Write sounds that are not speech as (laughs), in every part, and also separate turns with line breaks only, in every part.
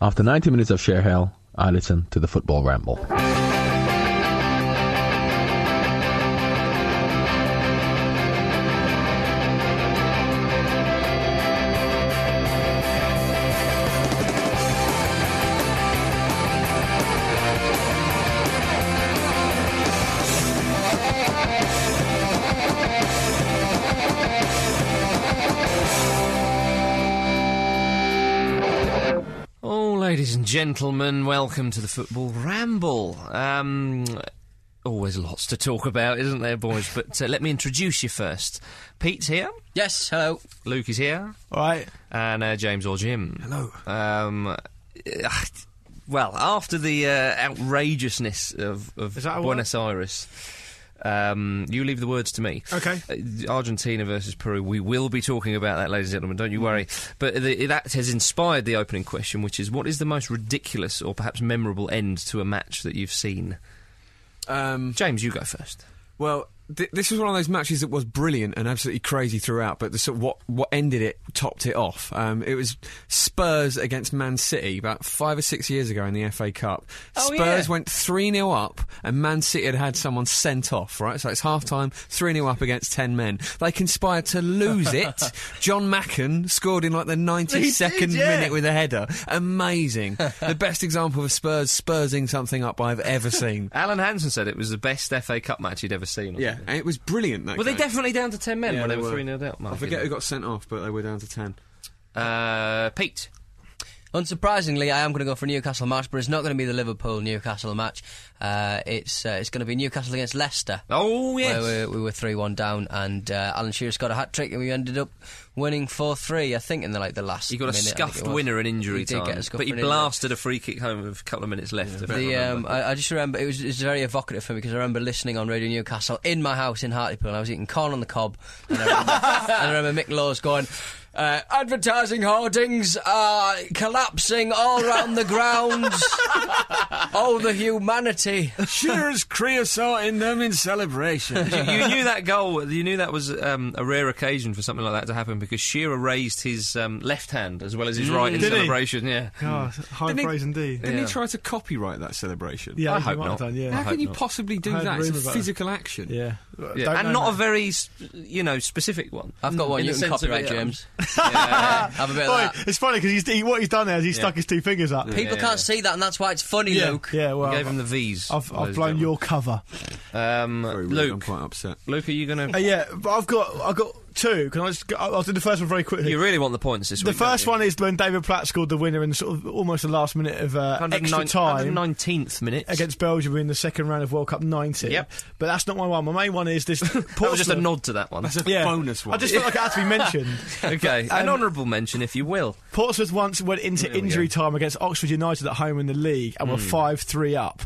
After 90 minutes of share hell, I listen to the football ramble.
Oh, ladies and gentlemen, welcome to the Football Ramble. Um, always lots to talk about, isn't there, boys? But uh, let me introduce you first. Pete's here.
Yes, hello.
Luke is here.
All right.
and uh, James or Jim.
Hello.
Um, (sighs) well, after the uh, outrageousness of, of
that a
Buenos Aires. Um, you leave the words to me.
Okay.
Uh, Argentina versus Peru. We will be talking about that, ladies and gentlemen. Don't you
Mm-hmm.
worry. But the, that has inspired the opening question, which is: What is the most ridiculous or perhaps memorable end to a match that you've seen?
Um,
James, you go first.
well, th- this was one of those matches that was brilliant and absolutely crazy throughout, but the sort of what what ended it topped it off. Um, it was Spurs against Man City about five or six years ago in the FA Cup.
Oh,
Spurs
yeah.
went three 0 up, and Man City had had someone sent off. Right, so it's half time, three 0 up against ten men. They conspired to
(laughs)
lose it. John Macken scored in like the ninety second
yeah.
minute with a header. Amazing. the best example of Spurs Spursing something up I've
(laughs)
ever seen.
Alan Hansen said it was the best FA Cup match he'd ever seen. or
Yeah,
something.
and it was brilliant. That
Were they
game.
definitely down to ten men
Yeah,
when they
they
were
were.
three 0 down?
I
Mark,
forget
isn't
who got sent off, but they were down to (laughs) ten.
it? Uh, Pete.
Unsurprisingly, I am going to go for a Newcastle match, but it's not going to be the Liverpool Newcastle match. Uh, it's uh, it's going to be Newcastle against Leicester.
Oh yes.
Where we, we were 3 1 down, and uh, Alan Shearer scored a hat trick, and we ended up winning 4 3, I think, in the, like, the last.
He got a
minute, I think it
scuffed
was.
winner in injury
He did
time,
get a scuffed
but he
winner in injury.
blasted a free kick home with a couple of minutes left. if I
The, um,
remember.
I, I just remember it was, it was very evocative for me because I remember listening on Radio Newcastle in my house in Hartlepool and I was eating corn on the cob and I remember, (laughs) and I remember Mick Laws going uh, advertising hoardings are collapsing all round the grounds
(laughs)
oh the humanity
Shearer's creosote in them in celebration.
you, you knew that goal. You knew that was um, a rare occasion for something like that to happen because Shearer raised his um, left hand as well as his right in
Mm, Did he?
celebration. Yeah.
God, Oh, high
Didn't he-
praise indeed.
Didn't
Yeah.
he try to copyright that celebration?
Yeah,
I
he
hope
might have
not.
Done,
How
yeah.
hope
can you
not.
possibly do
I heard
that?
a
It's a
rumour about
physical action.
yeah.
Yeah,
Don't
and
know
not a
that.
very, s- you know, specific one.
I've got one
In
you
the
can
sense of
copyright
it, um, (laughs)
James
Yeah.
have a bit
Oi,
of that
it's funny because he's he, what he's done there is he stuck his two fingers up.
people
yeah,
can't
yeah.
see that and that's why it's funny
Yeah,
Luke
yeah. (laughs) Well,
gave him the V's.
I've,
for
I've
those
blown
that
your cover.
don't know. Um,
Very rude, I'm
Luke,
quite upset.
Luke, are you going
Uh,
to?
yeah, but I've got I've got two. Can I just? Go, I'll I'll do the first one very quickly.
You really want the points this
the
week?
first one is when David Platt scored the winner in sort of almost the last minute of uh, extra time.
nineteenth minute
Against Belgium in the second round of World Cup 90.
Yep.
But that's not my one. My main one is this.
(laughs) That was just a
Portsmouth-
nod to that one.
That's a
yeah.
bonus one.
I just (laughs) felt like it had to be mentioned.
(laughs) Okay,
But,
an
um,
honourable mention, if you will.
Portsmouth once went into
we Hmm.
injury time against Oxford United at home in the league and were five three up.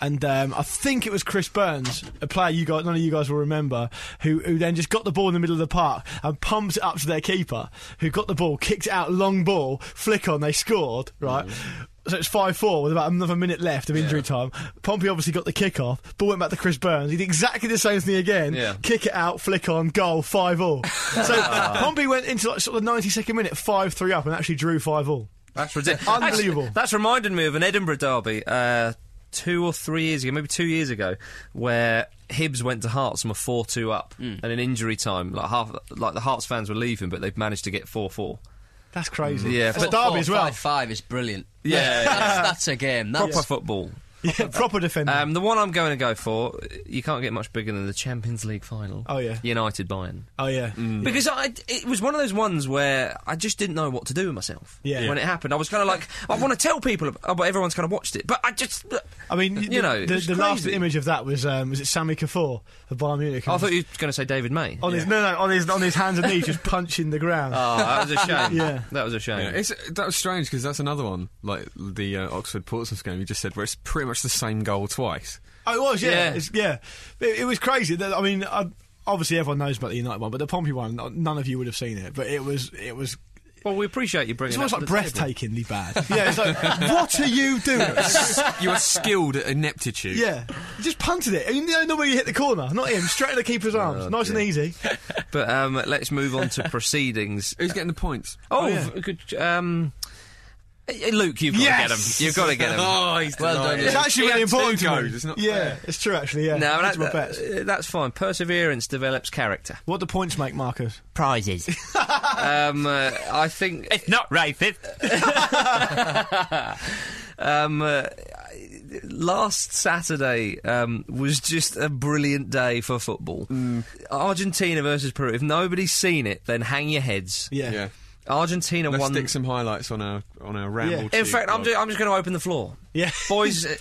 And um, I think it was Chris Burns, a player you guys, none of you guys will remember, who, who then just got the ball in the middle of the park and pumped it up to their keeper, who got the ball, kicked it out, long ball, flick on, they scored, right?
Hmm.
So it's 5 4 with about another minute left of injury time. Pompey obviously got the kick off, ball went back to Chris Burns. He did exactly the same thing again
Yeah.
kick it out, flick on, goal, 5 all.
(laughs)
so
Ah.
Pompey went into like sort of the 92nd minute, 5 3 up, and actually drew 5 all.
That's ridiculous.
Unbelievable.
That's, that's reminded me of an Edinburgh derby uh, two or three years ago, maybe two years ago, where Hibs went to Hearts and were four two up, and in injury time, like half, like the Hearts fans were leaving, but they managed to get four four.
That's crazy.
Mm. Yeah,
It's
but-
a derby as well.
5 is brilliant
Yeah.
that's, that's a game that's
Proper football.
(laughs) yeah, proper defender.
Um, the one I'm going to go for, you can't get much bigger than the Champions League final.
Oh, yeah.
United Bayern.
oh yeah.
Because I, it was one of those ones where I just didn't know what to do with myself.
Yeah.
When it happened, I was kind of like, I want to tell people, ab- oh, but everyone's kind of watched it. But I just,
I mean,
You
the,
know,
the,
it's
the last
crazy.
image of that was um, was it Sammy Kafour of Bayern Munich?
I thought you were going to say David May.
on his no, no, on his on his hands and
(laughs)
knees, just punching the ground.
Oh, that was a shame.
(laughs) Yeah.
That was a shame.
Yeah, it's, that was strange because that's another one, like the uh, Oxford Portsmouth game you just said, where it's pretty much the same goal twice.
Oh, it was, yeah,
Yeah.
It's, yeah. It, it was crazy. That, I mean, I, obviously everyone knows about the United one, but the Pompey one, no- none of you would have seen it. But it was, it was,
well, we appreciate you bringing
it's
it.
almost like breathtakingly
(laughs)
bad. yeah, it's like, what are you doing?
(laughs) you are skilled at ineptitude.
yeah, He just punted it. I mean, you know, way you hit the corner, not him, straight in the keeper's
Oh,
arms, nice and easy.
But um, let's move on to
(laughs)
proceedings.
Who's getting the points?
Oh,
yeah.
v- good. Um, eh, Luke, you've got
Yes!
to get him. You've got to
(laughs)
get him.
Oh, he's
Well done,
denied.
Luke.
It's actually
He
really
had two
important. to me.
goals, it's not
yeah,
fair.
it's true. Actually, yeah.
No,
that's
that,
my bets.
eh, that's fine. Perseverance develops character.
What do points make, Marcus?
Prizes.
Um, uh, I think
it's not racist.
(laughs) um, uh, last Saturday um, was just a brilliant day for football.
Mm.
Argentina versus Peru. If nobody's seen it, then hang your heads.
Yeah,
Yeah.
Argentina
Let's
won.
stick some highlights on our on our ramble. Oh,
Yeah.
In
tube
fact, I'm,
blog.
ju- I'm just going to open the floor.
yeah.
Boys,
(laughs)
uh,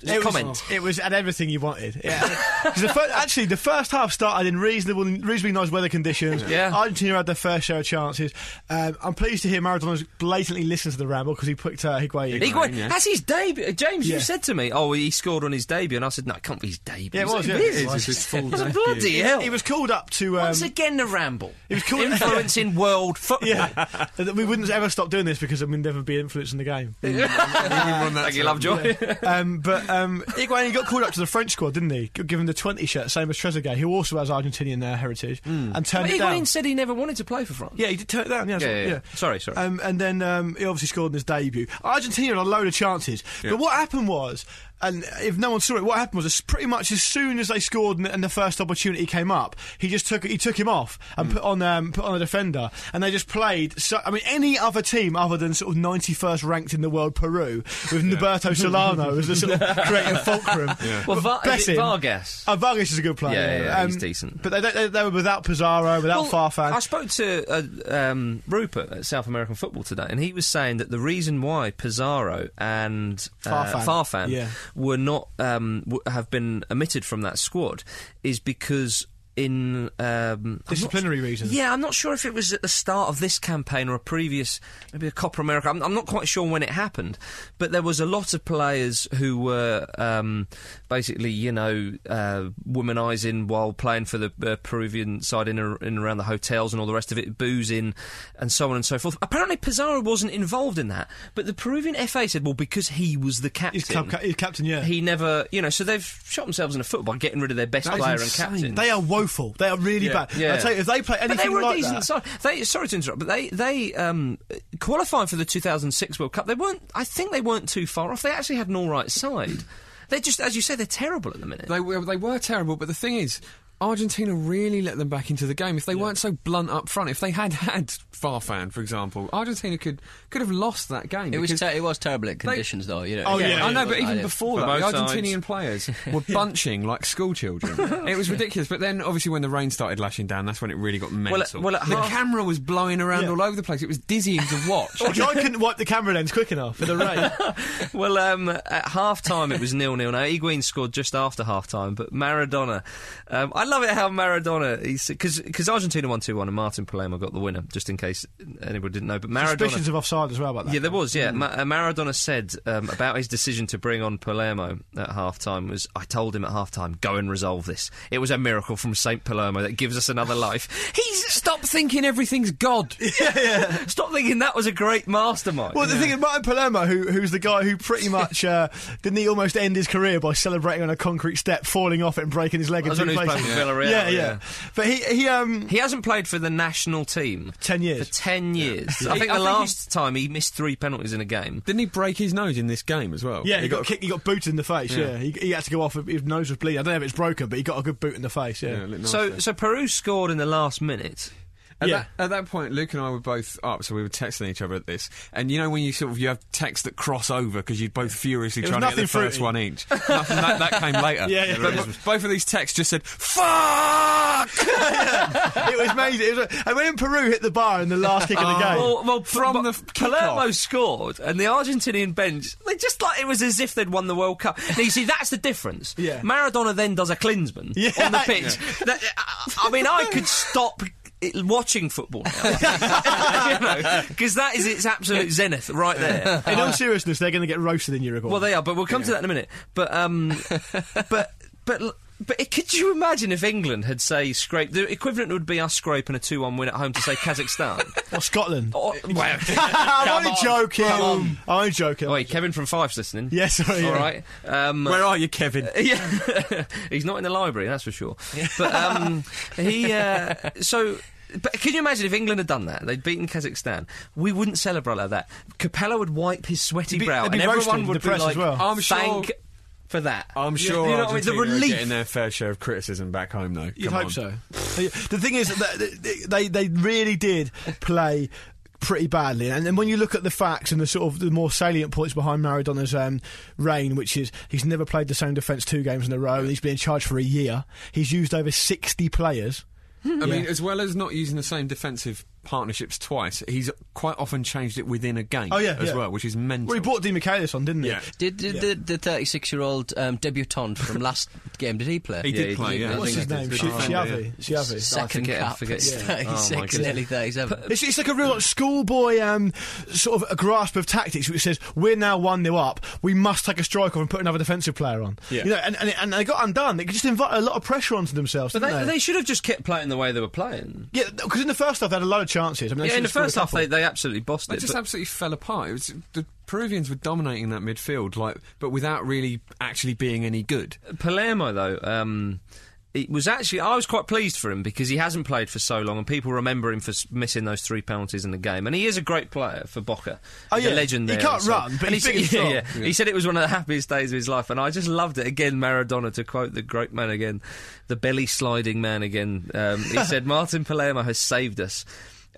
just
It was-
comment.
it was had everything you wanted. Yeah. (laughs) 'Cause the fir- actually, the first half started in reasonable, reasonably nice weather conditions.
Yeah.
Argentina had their fair share of chances. Um, I'm pleased to hear Maradona's blatantly listened to the ramble because he picked uh, Higuain.
He
Higuain, yeah.
That's his debut. Uh, James,
Yeah.
you said to me, "Oh, he scored on his debut," and I said, "No, it can't be his debut."
Yeah, it was, yeah.
It
It is,
is.
it's his full
It was a (laughs)
debut.
bloody hell.
He was called up to. Um,
Once again, the ramble.
he was called
Influencing world football.
(laughs) yeah, we wouldn't ever stop doing this because we'd never be influencing the game.
Thank you, Lovejoy.
(laughs) Um, but um, Higuain, he got called up to the French squad, didn't he? G- Given the 20 shirt, same as Trezeguet, who also has Argentinian uh, heritage, and turned
But
it down.
Higuain said he never wanted to play for France.
Yeah, he did turn it down. Yeah,
Yeah,
so-
yeah, yeah. Sorry, sorry.
Um, and then um, he obviously scored in his debut. Argentina had a load of chances, but what happened was, and if no one saw it, what happened was it's pretty much as soon as they scored and, and the first opportunity came up, he just took he took him off
Hmm.
and put on um, put on a defender, and they just played. So, I mean, any other team other than sort of ninety first ranked in the world, Peru, with Roberto Solano as the
(laughs)
sort of creative fulcrum.
Well, Va-
bless
is it
him.
Vargas.
Uh, Vargas is a good player. Um,
Yeah, yeah, yeah, he's decent.
But they, don't- they, they were without Pizarro, without
Well,
Farfan.
I spoke to uh, um, Rupert at South American Football today, and he was saying that the reason why Pizarro and uh,
Farfan.
Farfan
Yeah.
were not um, w- have been omitted from that squad is because in um, I'm not-
Disciplinary reasons.
Yeah, I'm not sure if it was at the start of this campaign or a previous, maybe a Copper America. I'm, I'm not quite sure when it happened, but there was a lot of players who were um, basically, you know, uh, womanising while playing for the uh, Peruvian side in, a- in around the hotels and all the rest of it, boozing and so on and so forth. Apparently, Pizarro wasn't involved in that, but the Peruvian FA said, well, because he was the captain.
He's, club ca- he's captain, yeah.
he never, you know, so they've shot themselves in the foot by getting rid of their best
That is
player and
insane.
captain.
They are woeful. They are really
Yeah.
bad. I
Yeah.
tell you, if they play anything
But they were
like
a decent
that,
side. They, sorry to interrupt, but they they um, qualifying for the 2006 World Cup. They weren't. I think they weren't too far off. They actually had an all right side. They're just, as you say, they're terrible at the minute.
They were, they were terrible, but the thing is, Argentina really let them back into the game. If they weren't so blunt up front, if they had (laughs) had Farfan, for example, Argentina could could have lost that game.
It was
because-
ter- it was terrible at conditions though. You know.
Oh, yeah.
I know, but
It wasn't
even
ideal.
before
For
that, the
both
Argentinian
(laughs)
players were bunching like schoolchildren. it was ridiculous. But then, obviously, when the rain started lashing down, that's when it really got mental.
well, at
the
half-
camera was blowing around
Yeah.
all over the place. It was dizzying to
(laughs)
watch.
Which I couldn't wipe the camera lens quick enough for the rain.
well, um, at half time it was nil nil. Now Higuain scored just after half time, but Maradona. Um, I love it how Maradona because because Argentina won two one and Martin Palermo got the winner. Just in case anybody didn't know, but Maradona
Suspicions of offside as well about that.
Yeah, there was. Yeah, Ma- uh, Maradona said um, about his decision to bring on Palermo at halftime was, "I told him at halftime, go and resolve this. It was a miracle from Saint Palermo that gives us another life. He's
Stop thinking everything's God.
(laughs) stop thinking that was a great mastermind.
Well, the thing is, Martin Palermo, who, who's the guy who pretty much uh, didn't he almost end his career by celebrating on a concrete step, falling off it, and breaking his leg
That's
in
when
two
he was
places.
playing for Villarreal,
yeah, yeah,
yeah.
But he he um
he hasn't played for the national team
ten
for
years.
ten years. I think
I
the
think
last time he missed three penalties in a game.
Didn't he break his nose in this game as well?
yeah, he, got, kicked. He got booted in the face. Yeah, He, he had to go off. His nose was bleeding. I don't know if it's broken, but he got a good boot in the face. Yeah.
Yeah, it looked
So,
nasty.
so Peru scored in the last minute.
At,
Yeah.
that, at that point, Luke and I were both up, so we were texting each other at this. And you know when you sort of you have texts that cross over because you're both furiously
It was
trying to get the
nothing
first
fruity.
one
(laughs)
each. nothing, that, that came later.
Yeah, yeah.
But
Yeah.
b- both of these texts just said "fuck"
(laughs) it was amazing. It was, and when Peru hit the bar in the last kick of the game,
Well, well,
From
from
the
the
f- kickoff.
Palermo scored, and the Argentinian bench, they just like it was as if they'd won the World Cup. Now, you see, that's the difference.
Yeah.
Maradona then does a Klinsmann
Yeah.
on the pitch. That- uh, I, I mean, I could stop. it- Watching football (laughs) because that is its absolute zenith right
(laughs)
there.
in all seriousness, they're going to get roasted in Uruguay.
Uh, Well, they are, but we'll come to that in a minute. But um, but but l- but it- could you imagine if England had say scraped the equivalent would be us scraping a two-one win at home to say Kazakhstan?
or Scotland.
or, well,
I'm only
Oh, on,
joking.
come on.
I'm only joking.
Wait, Kevin from Fife's listening.
Yeah, sorry,
All
yeah.
right. Um,
Where
"Oh,
are you, Kevin?
(laughs) yeah, he's not in the library, that's for sure. But um, he uh, so. But can you imagine if England had done that? They'd beaten Kazakhstan. We wouldn't celebrate like that. Capello would wipe his sweaty
They'd be-
brow,
they'd be
and
roasted in
everyone
the
would be
press as
like,
well.
I'm sure-
"Thank for that."
I'm
You-
sure
you know what I mean? The
Argentina are
relief.
getting their fair share of criticism back home, though.
You'd
Come
hope
on.
so. the thing is, that they they really did play pretty badly, and, and when you look at the facts and the sort of the more salient points behind Maradona's um, reign, which is he's never played the same defence two games in a row, and he's been charged for a year. He's used over sixty players.
I mean, as well as not using the same defensive partnerships twice, he's quite often changed it within a game
Oh, yeah,
as
yeah.
well, which is mental.
Well, he brought Di Michaelis on, didn't he?
Yeah.
Did, did the the thirty-six-year-old um, debutant from last game? Did he play?
He did play, yeah.
What's
I
his
think
name?
that's
Sh-
his name,
Shiavi. Shiavi.
Second
forget-
cap.
forget-
It's
yeah. Oh, my
36,
goodness.
nearly 37.
It's, it's like a real like, schoolboy um, sort of a grasp of tactics, which says we're now one 0 up. We must take a strike off and put another defensive player on.
Yeah.
You know, and, and and they got undone. They just invited a lot of pressure onto themselves.
But
didn't
they, they should have just kept playing the way they were playing.
Yeah, because in the first half they had a lot of chances. I mean, they
Yeah, in the
should've scored
first
a
half
couple.
they, they absolutely bossed
They
it.
just
but-
absolutely fell apart. It was, the Peruvians were dominating that midfield, like, but without really actually being any good.
Palermo though, um, it was actually I was quite pleased for him because he hasn't played for so long, and people remember him for s- missing those three penalties in the game. And he is a great player for Boca.
Oh,
He's
yeah.
a legend.
He
there,
can't
and so-
run, but
and
he's
he (laughs)
big and
said,
strong.
yeah, yeah. He said it was one of the happiest days of his life, and I just loved it. Again, Maradona to quote the great man again, the belly sliding man again. Um, he said, "Martin Palermo has saved us."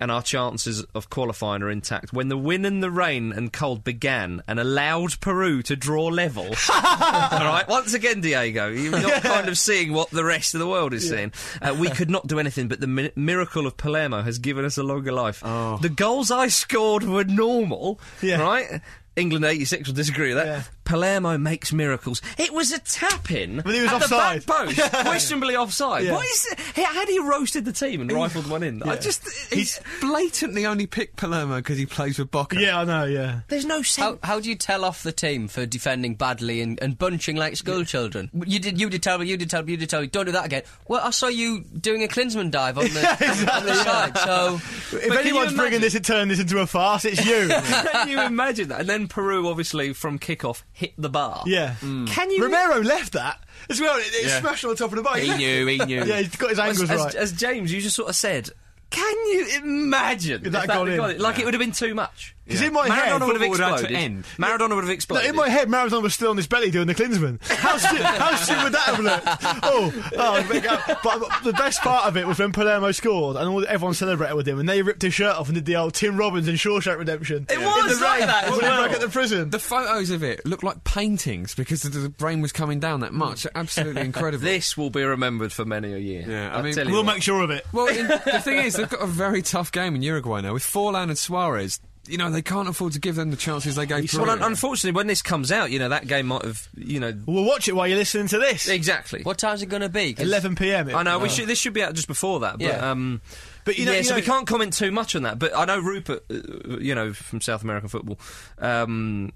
And our chances of qualifying are intact. When the wind and the rain and cold began and allowed Peru to draw level. all right, once again, Diego, you're not kind of seeing what the rest of the world is seeing. Uh, we could not do anything, but the mi- miracle of Palermo has given us a longer life. The goals I scored were normal,
Yeah.
right? England 86 will disagree with that.
Yeah.
Palermo makes miracles. It was a tap in.
But he was
at
offside.
The back
(laughs)
post, questionably offside.
Yeah.
What is it? He- Had he roasted the team and rifled one in? I just.
He's
He's,
blatantly only picked Palermo because he plays with Boca.
Yeah, I know. Yeah,
there's no sense.
How, how do you tell off the team for defending badly and, and bunching like schoolchildren? You did, you did tell me, you did tell me, you did tell me. Don't do that again. Well, I saw you doing a Klinsmann dive on the, on the side. So
if
you
anyone's bringing
imagine-
this and turning this into a farce, it's
(laughs)
you.
Can you imagine that? And then Peru, obviously, from kickoff, hit the bar.
yeah,
Mm.
Can you.
Romero left that as well. It, it smashed on the top of the bar.
He
left
knew, he knew.
it. (laughs) Yeah, he's got his
as,
angles
as-
right.
as James, you just sort of said, can you imagine
If that
if
got
had
in.
it? Like it would have been too much.
'Cause in my head-
Maradona would have
Football would have had to
exploded.
end.
Maradona would have
Look,
exploded.
in my head, Maradona was still on his belly doing the Klinsman. How shit, how shit would that have looked? Oh, oh but, but the best part of it was when Palermo scored and all, everyone celebrated with him, and they ripped his shirt off and did the old Tim Robbins and Shawshank Redemption.
It was
in the
like
rain,
that as
when they
well.
broke at the prison.
The photos of it looked like paintings because the, the rain was coming down that much. Absolutely incredible.
This will be remembered for many a year.
Yeah, I
I'll
mean-
tell you
we'll
what.
make sure of it.
Well, in, the thing is, they've got a very tough game in Uruguay now with Forlan and Suarez. You know, they can't afford to give them the chances they gave
Well, un-
Peru.
unfortunately, when this comes out, you know that game might have, you know,
We'll watch it while you're listening to this.
exactly.
what time's it going to be? 'Cause
11 p.m. it-
I know. We should. This should be out just before that. But,
Yeah.
um,
But you know,
yeah,
you
so
know-
we can't comment too much on that. But I know Rupert, uh, you know, from South American football. Um,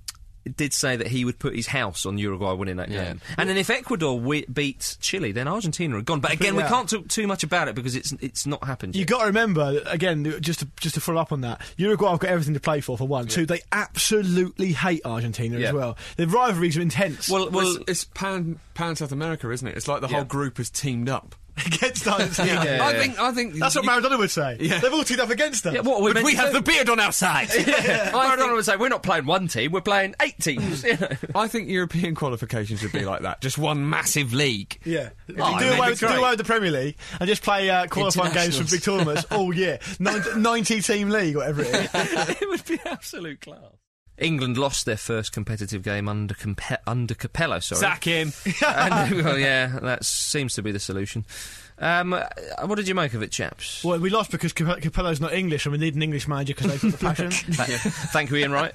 did say that he would put his house on Uruguay winning that
Yeah.
game, and then if Ecuador wi- beat Chile, then Argentina are gone. But again, we
yeah.
can't talk too much about it because it's it's not happened.
You
Yet.
got to remember again, just to, just to follow up on that. Uruguay have got everything to play for. For one, two, they absolutely hate Argentina
Yeah.
as well. The rivalries are intense.
well,
Well,
well,
it's, it's pan pan South America, isn't it? It's like the
Yeah.
whole group has teamed up. (laughs)
against us.
Yeah.
I think. I think
That's what Maradona would say.
Yeah.
They've all teamed up against us.
Yeah, what are we
But
meant
(laughs) we
to
have
do?
the beard on our side.
(laughs)
(laughs)
I don't want to say we're not playing one team, we're playing eight teams. (laughs) you know.
(laughs) I think European qualifications would be like that. Just one massive league.
Yeah, If you
Oh,
do
that'd
away,
be
with, do
great.
away with the Premier League and just play uh, qualifying games from
(laughs)
big tournaments all year. Nin- Ninety-team league, whatever it is.
(laughs)
it would be absolute class. England lost their first competitive game under Compe- under Capello, sorry.
Sack him.
(laughs) and, well, yeah, that seems to be the solution. Um, uh, what did you make of it, chaps?
Well, we lost because Cap- Capello's not English, and we need an English manager because they've got the passion.
Tha- (laughs) Thank you, Ian Wright.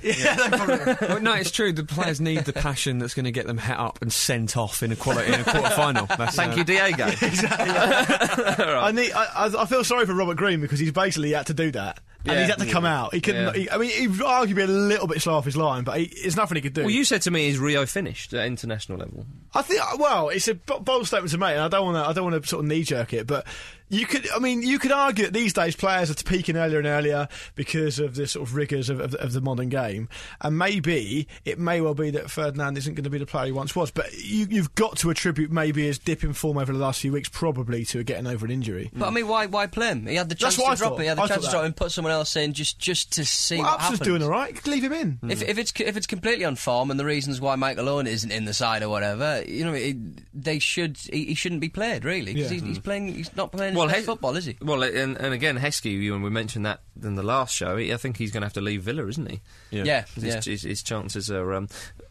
well, no, it's true. The players need the passion that's going to get them het up and sent off in a quarter in a quarter (laughs) final. That's,
Thank
uh,
you, Diego.
(laughs)
(laughs)
I need. I, I, I feel sorry for Robert Green because he's basically had to do that, and
Yeah.
he's had to come out. He couldn't.
Yeah.
he- I mean, he was arguably a little bit slow off his line, but he, there's nothing he could do.
well, you said to me, is Rio finished at international level?
I think. uh, Well, it's a bo- bold statement to make, and I don't want to. I don't want to sort of knee jerk it, but you could. I mean, you could argue that these days players are peaking earlier and earlier because of the sort of rigors of, of, of the modern game, and maybe it may well be that Ferdinand isn't going to be the player he once was. But you, you've got to attribute maybe his dip in form over the last few weeks probably to getting over an injury.
But I mean, why why play him? He had the
That's
chance
what I
to drop
thought.
him. He had
I
the
thought
chance to
that.
drop him and put someone else in just just to see
Well,
what happens.
Absal's doing all right. Leave him in.
If, if it's if it's completely on form and the reasons why Michael Owen isn't in the side or whatever, you know, it, they should he, he shouldn't be played really because
Yeah. Mm.
he's, he's playing he's not playing his
Well,
best
he-
football, is he?
Well, and, and again, Heskey, you and we mentioned that in the last show. he- I think he's going to have to leave Villa, isn't he?
Yeah.
Yeah,
His,
yeah.
his, his chances are um,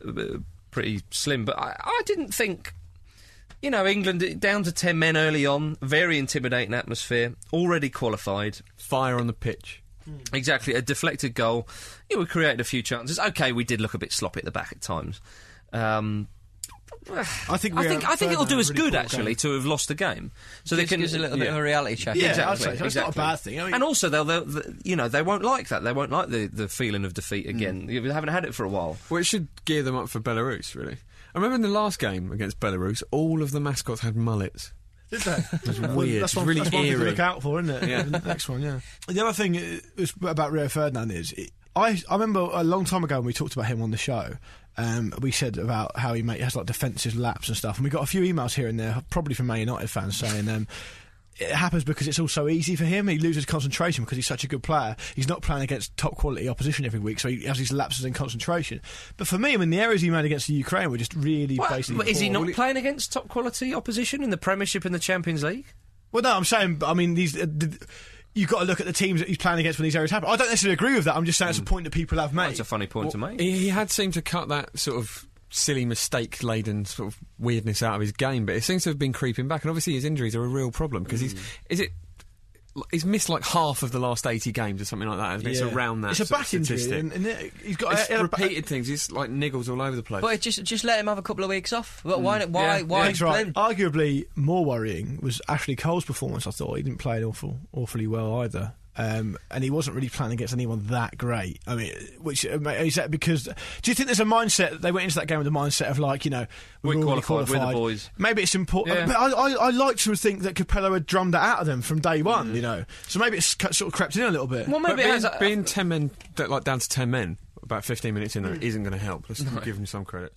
uh, pretty slim. But I, I didn't think, you know, England uh, down to ten men early on, very intimidating atmosphere, already qualified.
Fire on the pitch.
Exactly, a deflected goal. Yeah, we created a few chances. Okay, we did look a bit sloppy at the back at times. Um,
I think.
I
we
think
are
I think it'll
further
do us
really
good
poor
actually
game.
to have lost the game, so
Just
they can
gives a little bit
yeah.
of a reality check.
Yeah,
Exactly.
I'd say so. It's not a
exactly.
bad thing. I mean-
and also, they'll, they'll, th you know, they won't like that. They won't like the, the feeling of
Hmm.
defeat again. They haven't had it for a while.
Well, it should gear them up for Belarus, really. I remember in the last game against Belarus, all of the mascots had mullets.
Did they? That's
weird.
That's one,
Really
that's one thing to
eerie.
look out for, isn't it?
Yeah.
The next one, yeah. The other thing uh, is about Rio Ferdinand is it, I I remember a long time ago when we talked about him on the show. Um, we said about how he make, has like defensive laps and stuff, and we got a few emails here and there, probably from Man United fans saying. Um, it happens because it's all so easy for him. He loses concentration because he's such a good player. He's not playing against top quality opposition every week, so he has these lapses in concentration. But for me, I mean, the errors he made against the Ukraine were just really
Well,
basically.
is he
poor.
not playing against top quality opposition in the Premiership and the Champions League?
Well, no, I'm saying, I mean, these. Uh, the, You've got to look at the teams that he's playing against when these errors happen. I don't necessarily agree with that. I'm just saying it's a
Mm.
point that people have made.
That's a funny point to make.
He, he had seemed to cut that sort of silly mistake laden sort of weirdness out of his game, but it seems to have been creeping back. And obviously, his injuries are a real problem because he's is it he's missed like half of the last eighty games or something like that. hasn't he? It's
Yeah.
around that.
It's a
sort of
back injury,
statistic.
isn't it? He's got
It's
he had a back-
repeated things. It's like niggles all over the place.
But it just just let him have a couple of weeks off. But why why
Mm. Yeah.
why
That's
play
right.
him?
Arguably more worrying was Ashley Cole's performance. I thought he didn't play an awful, awfully well either, um, and he wasn't really playing against anyone that great. I mean, which uh, ma- is that because? Do you think there's a mindset they went into that game with the mindset of like you know we're,
We're
already
qualified, we're the
qualified.
boys.
Maybe it's important,
Yeah.
but I, I, I like to think that Capello had drummed that out of them from day
Mm.
one. You know, so maybe it's cu- sort of crept in a little bit.
Well, maybe
But
it
being,
has. a-
being ten men d- like down to ten men about fifteen minutes in there isn't going to help. Let's give him some credit.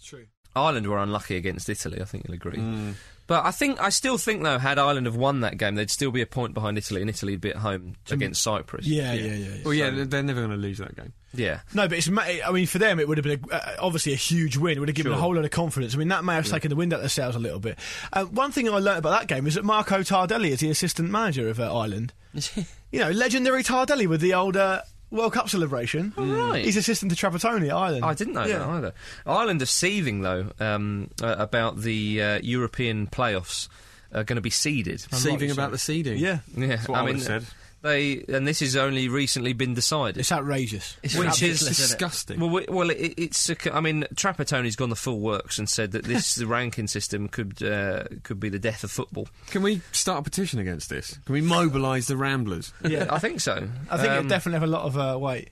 Ireland were unlucky against Italy. I think you'll agree.
Hmm.
But I think I still think though, had Ireland have won that game, they'd still be a point behind Italy, and Italy'd be at home against Cyprus.
Hmm. yeah, yeah, yeah. yeah.
Well, yeah, they're- they're never going to lose that game.
yeah.
No, but it's. ma- I mean, for them, it would have been a, uh, obviously a huge win. It would have given a whole lot of confidence. I mean, that may have taken the wind out of their sails a little bit. Uh, one thing I learnt about that game is that Marco Tardelli is the assistant manager of uh, Ireland. you know, legendary Tardelli with the old uh, World Cup celebration.
right.
He's assistant to Trapattoni at Ireland.
I didn't know that either. Ireland are seething though um, uh, about the uh, European playoffs are going to be seeded.
Seething about the seeding.
Yeah,
Yeah,
That's what I would've said.
they and this has only recently been decided.
it's outrageous.
Which is
ridiculous, isn't it?
disgusting.
Well, we- well, it, it's. a c- I mean, Trapattoni's gone the full works and said that this the ranking system could uh, could be the death of football.
Can we start a petition against this? Can we mobilise the Ramblers?
Yeah.
I think so.
I think
Um,
it definitely have a lot of uh, weight.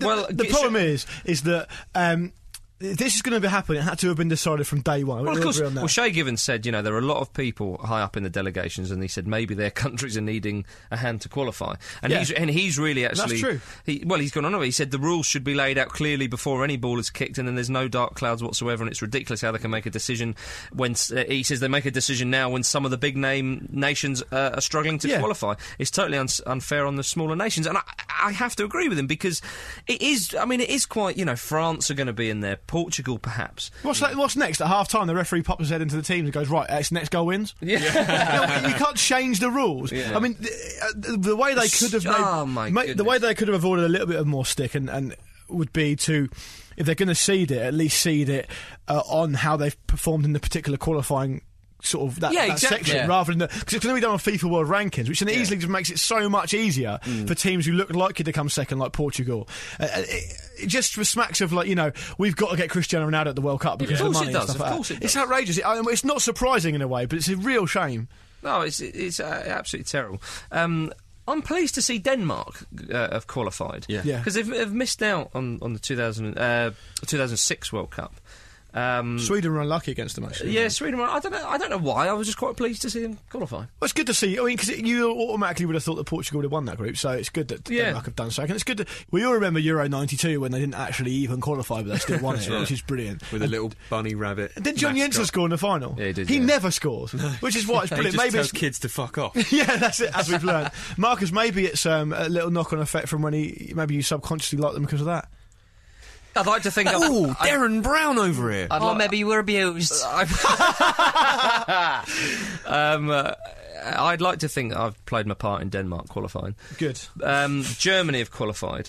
Well,
the
g-
problem is, is that um, this is going to be happening. It had to have been decided from day one.
Well, of
We all
course.
agree on that.
Well, Shay Given said, you know, there are a lot of people high up in the delegations, and he said maybe their (laughs) countries are needing a hand to qualify. And
Yeah.
he's and he's really actually
true.
He, well, he's gone on. He said the rules should be laid out clearly before any ball is kicked, and then there's no dark clouds whatsoever. And it's ridiculous how they can make a decision when s- uh, he says they make a decision now when some of the big name nations uh, are struggling to
Yeah.
qualify. It's totally uns unfair on the smaller nations, and I, I have to agree with him because it is. I mean, it is quite. You know, France are going to be in there, Portugal perhaps.
What's, like, what's next? At half time, the referee pops his head into the team and goes, Right, it's next goal wins.
(laughs)
No, you can't change the rules. I mean, the, uh, the- the way they could have made,
Oh, my
ma- the
goodness.
way they could have avoided a little bit of more stick and, and would be to if they're going to seed it, at least seed it uh, on how they've performed in the particular qualifying. Sort of that,
Yeah,
that
exactly.
section
Yeah.
rather than the because it's going to be done on FIFA World Rankings, which then easily just makes it so much easier
Mm.
for teams who look likely to come second, like Portugal. Uh, uh, it, it just smacks of like you know we've got to get Cristiano Ronaldo at the World Cup because
Of course
of money
it
and
does,
stuff
of
like that.
course it
It's
does.
outrageous. It- I mean, it's not surprising in a way, but it's a real shame.
No, it's it's uh, absolutely terrible. Um, I'm pleased to see Denmark uh, have qualified.
Yeah.
Yeah.
Because they've, they've missed out on, on the 2000, uh, 2006 World Cup. Um,
Sweden were unlucky against them actually.
yeah, Sweden. were- I don't know. I don't know why. I was just quite pleased to see them qualify.
Well, it's good to see. I mean, because you automatically would have thought that Portugal would have won that group, so it's good that
Yeah.
Denmark have done so. And it's good that we all remember Euro '92 when they didn't actually even qualify, but they still won it, which is brilliant.
with a little bunny rabbit.
Did John
mascot.
Jensen score in the final?
Yeah, he did, yeah.
never scores, which is why it's
He
brilliant.
just
Maybe
tells
it's
kids to fuck off. (laughs)
(laughs) yeah, that's it. As we've learned, (laughs) Marcus, maybe it's um, a little knock-on effect from when he maybe you subconsciously like them because of that.
I'd like to think. I've-
Ooh, Oh, Darren Brown over here.
(laughs) I'd
or
like-
maybe you
(laughs)
were abused. (laughs)
um, uh, I'd like to think that I've played my part in Denmark qualifying.
Good,
Um, Germany have qualified.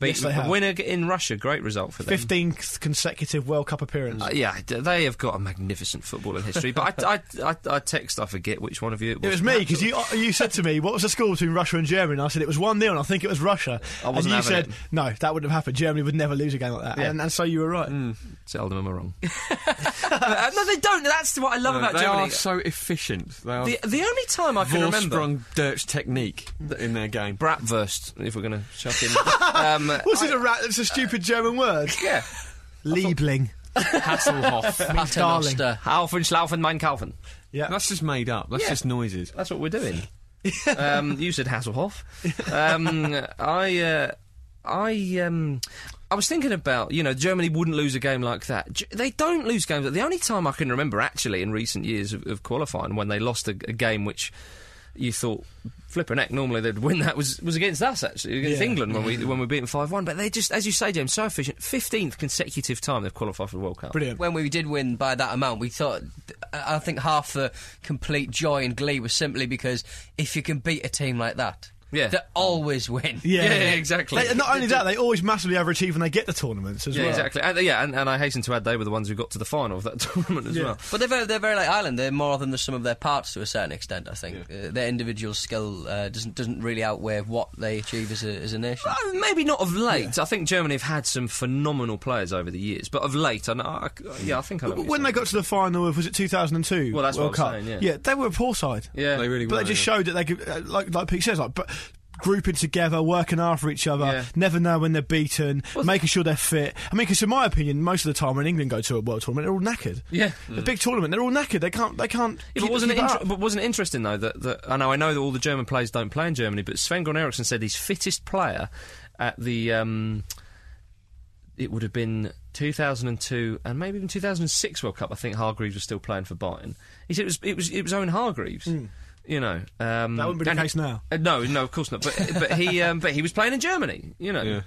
Beat
Yes, they have.
Winner in Russia. Great result for them.
fifteenth consecutive World Cup appearance.
Uh, yeah, d- they have got a magnificent footballing history. But I, I, I, I text, I forget which one of you it was.
It was me because you uh, you said to me, "What was the score between Russia and Germany?" And I said it was one 0 and I think it was Russia.
I wasn't
and you
having
said,
it.
"No, that wouldn't have happened. Germany would never lose a game like that."
Yeah. Hmm.
And, and so you were right.
Seldom am I wrong. Uh, no, they don't. That's what I love about
Uh, they
Germany.
are so efficient. They are
the, the only time I can remember.
Vorsprung Dirch technique in their game.
Bratwurst, if we're going to chuck
(laughs)
in. um,
Was it a rat? That's a stupid German word.
yeah.
Liebling.
Hasselhoff.
Paternoster.
Haufen, Schlaufen, Mein Kaufen.
Yeah.
That's just made up. That's
Yeah.
just noises.
That's what we're
(laughs)
doing. um, you said Hasselhoff. Um, I, uh, I, um, I was thinking about you know Germany wouldn't lose a game like that. G- they don't lose games. The only time I can remember actually in recent years of, of qualifying when they lost a, a game which you thought flipping heck normally they'd win that was was against us actually against
Yeah.
England when we when we beat them five one. But they just as you say, James, so efficient. Fifteenth consecutive time they've qualified for the World Cup.
Brilliant.
when we did win by that amount, we thought, I I think half the complete joy and glee was simply because if you can beat a team like that,
Yeah.
they always win.
Yeah, yeah, exactly.
They- not only that, they always massively overachieve when they get the tournaments as
Yeah,
well.
exactly. And, yeah, and, and I hasten to add they were the ones who got to the final of that (laughs) tournament as well.
(laughs) But they're very, they're very like Ireland. They're more than the sum of their parts to a certain extent. I think uh, their individual skill uh, doesn't doesn't really outweigh what they achieve as a as a nation.
Uh, maybe not of late. I think Germany have had some phenomenal players over the years, but of late, and I, I- yeah, I think I know what
When
you're
they got to the final of was it 2002?
Well, that's what
World
I'm
Cup.
saying, yeah.
they were a poor side.
saying. yeah,
They really
but
were.
they just
yeah.
showed that they could, uh, like like Pete says, like but grouping together, working hard for each other,
Yeah.
never know when they're beaten, making sure they're fit. I mean, because in my opinion, most of the time when England go to a world tournament, they're all knackered.
Yeah.
a big tournament, they're all knackered. They can't. They can't.
Yeah,
keep-
but wasn't it
keep
inter-
up.
but wasn't it interesting though that, that I know I know that all the German players don't play in Germany, but Sven Goran Eriksson said his fittest player at the um, it would have been 2002 and maybe even 2006 World Cup. I think Hargreaves was still playing for Bayern. He said it was it was it was Owen Hargreaves. You know, um,
Hmm. That wouldn't be the
and-
case now.
Uh, no, no, of course not. But but
(laughs)
he um, but he was playing in Germany. You know.
Yeah.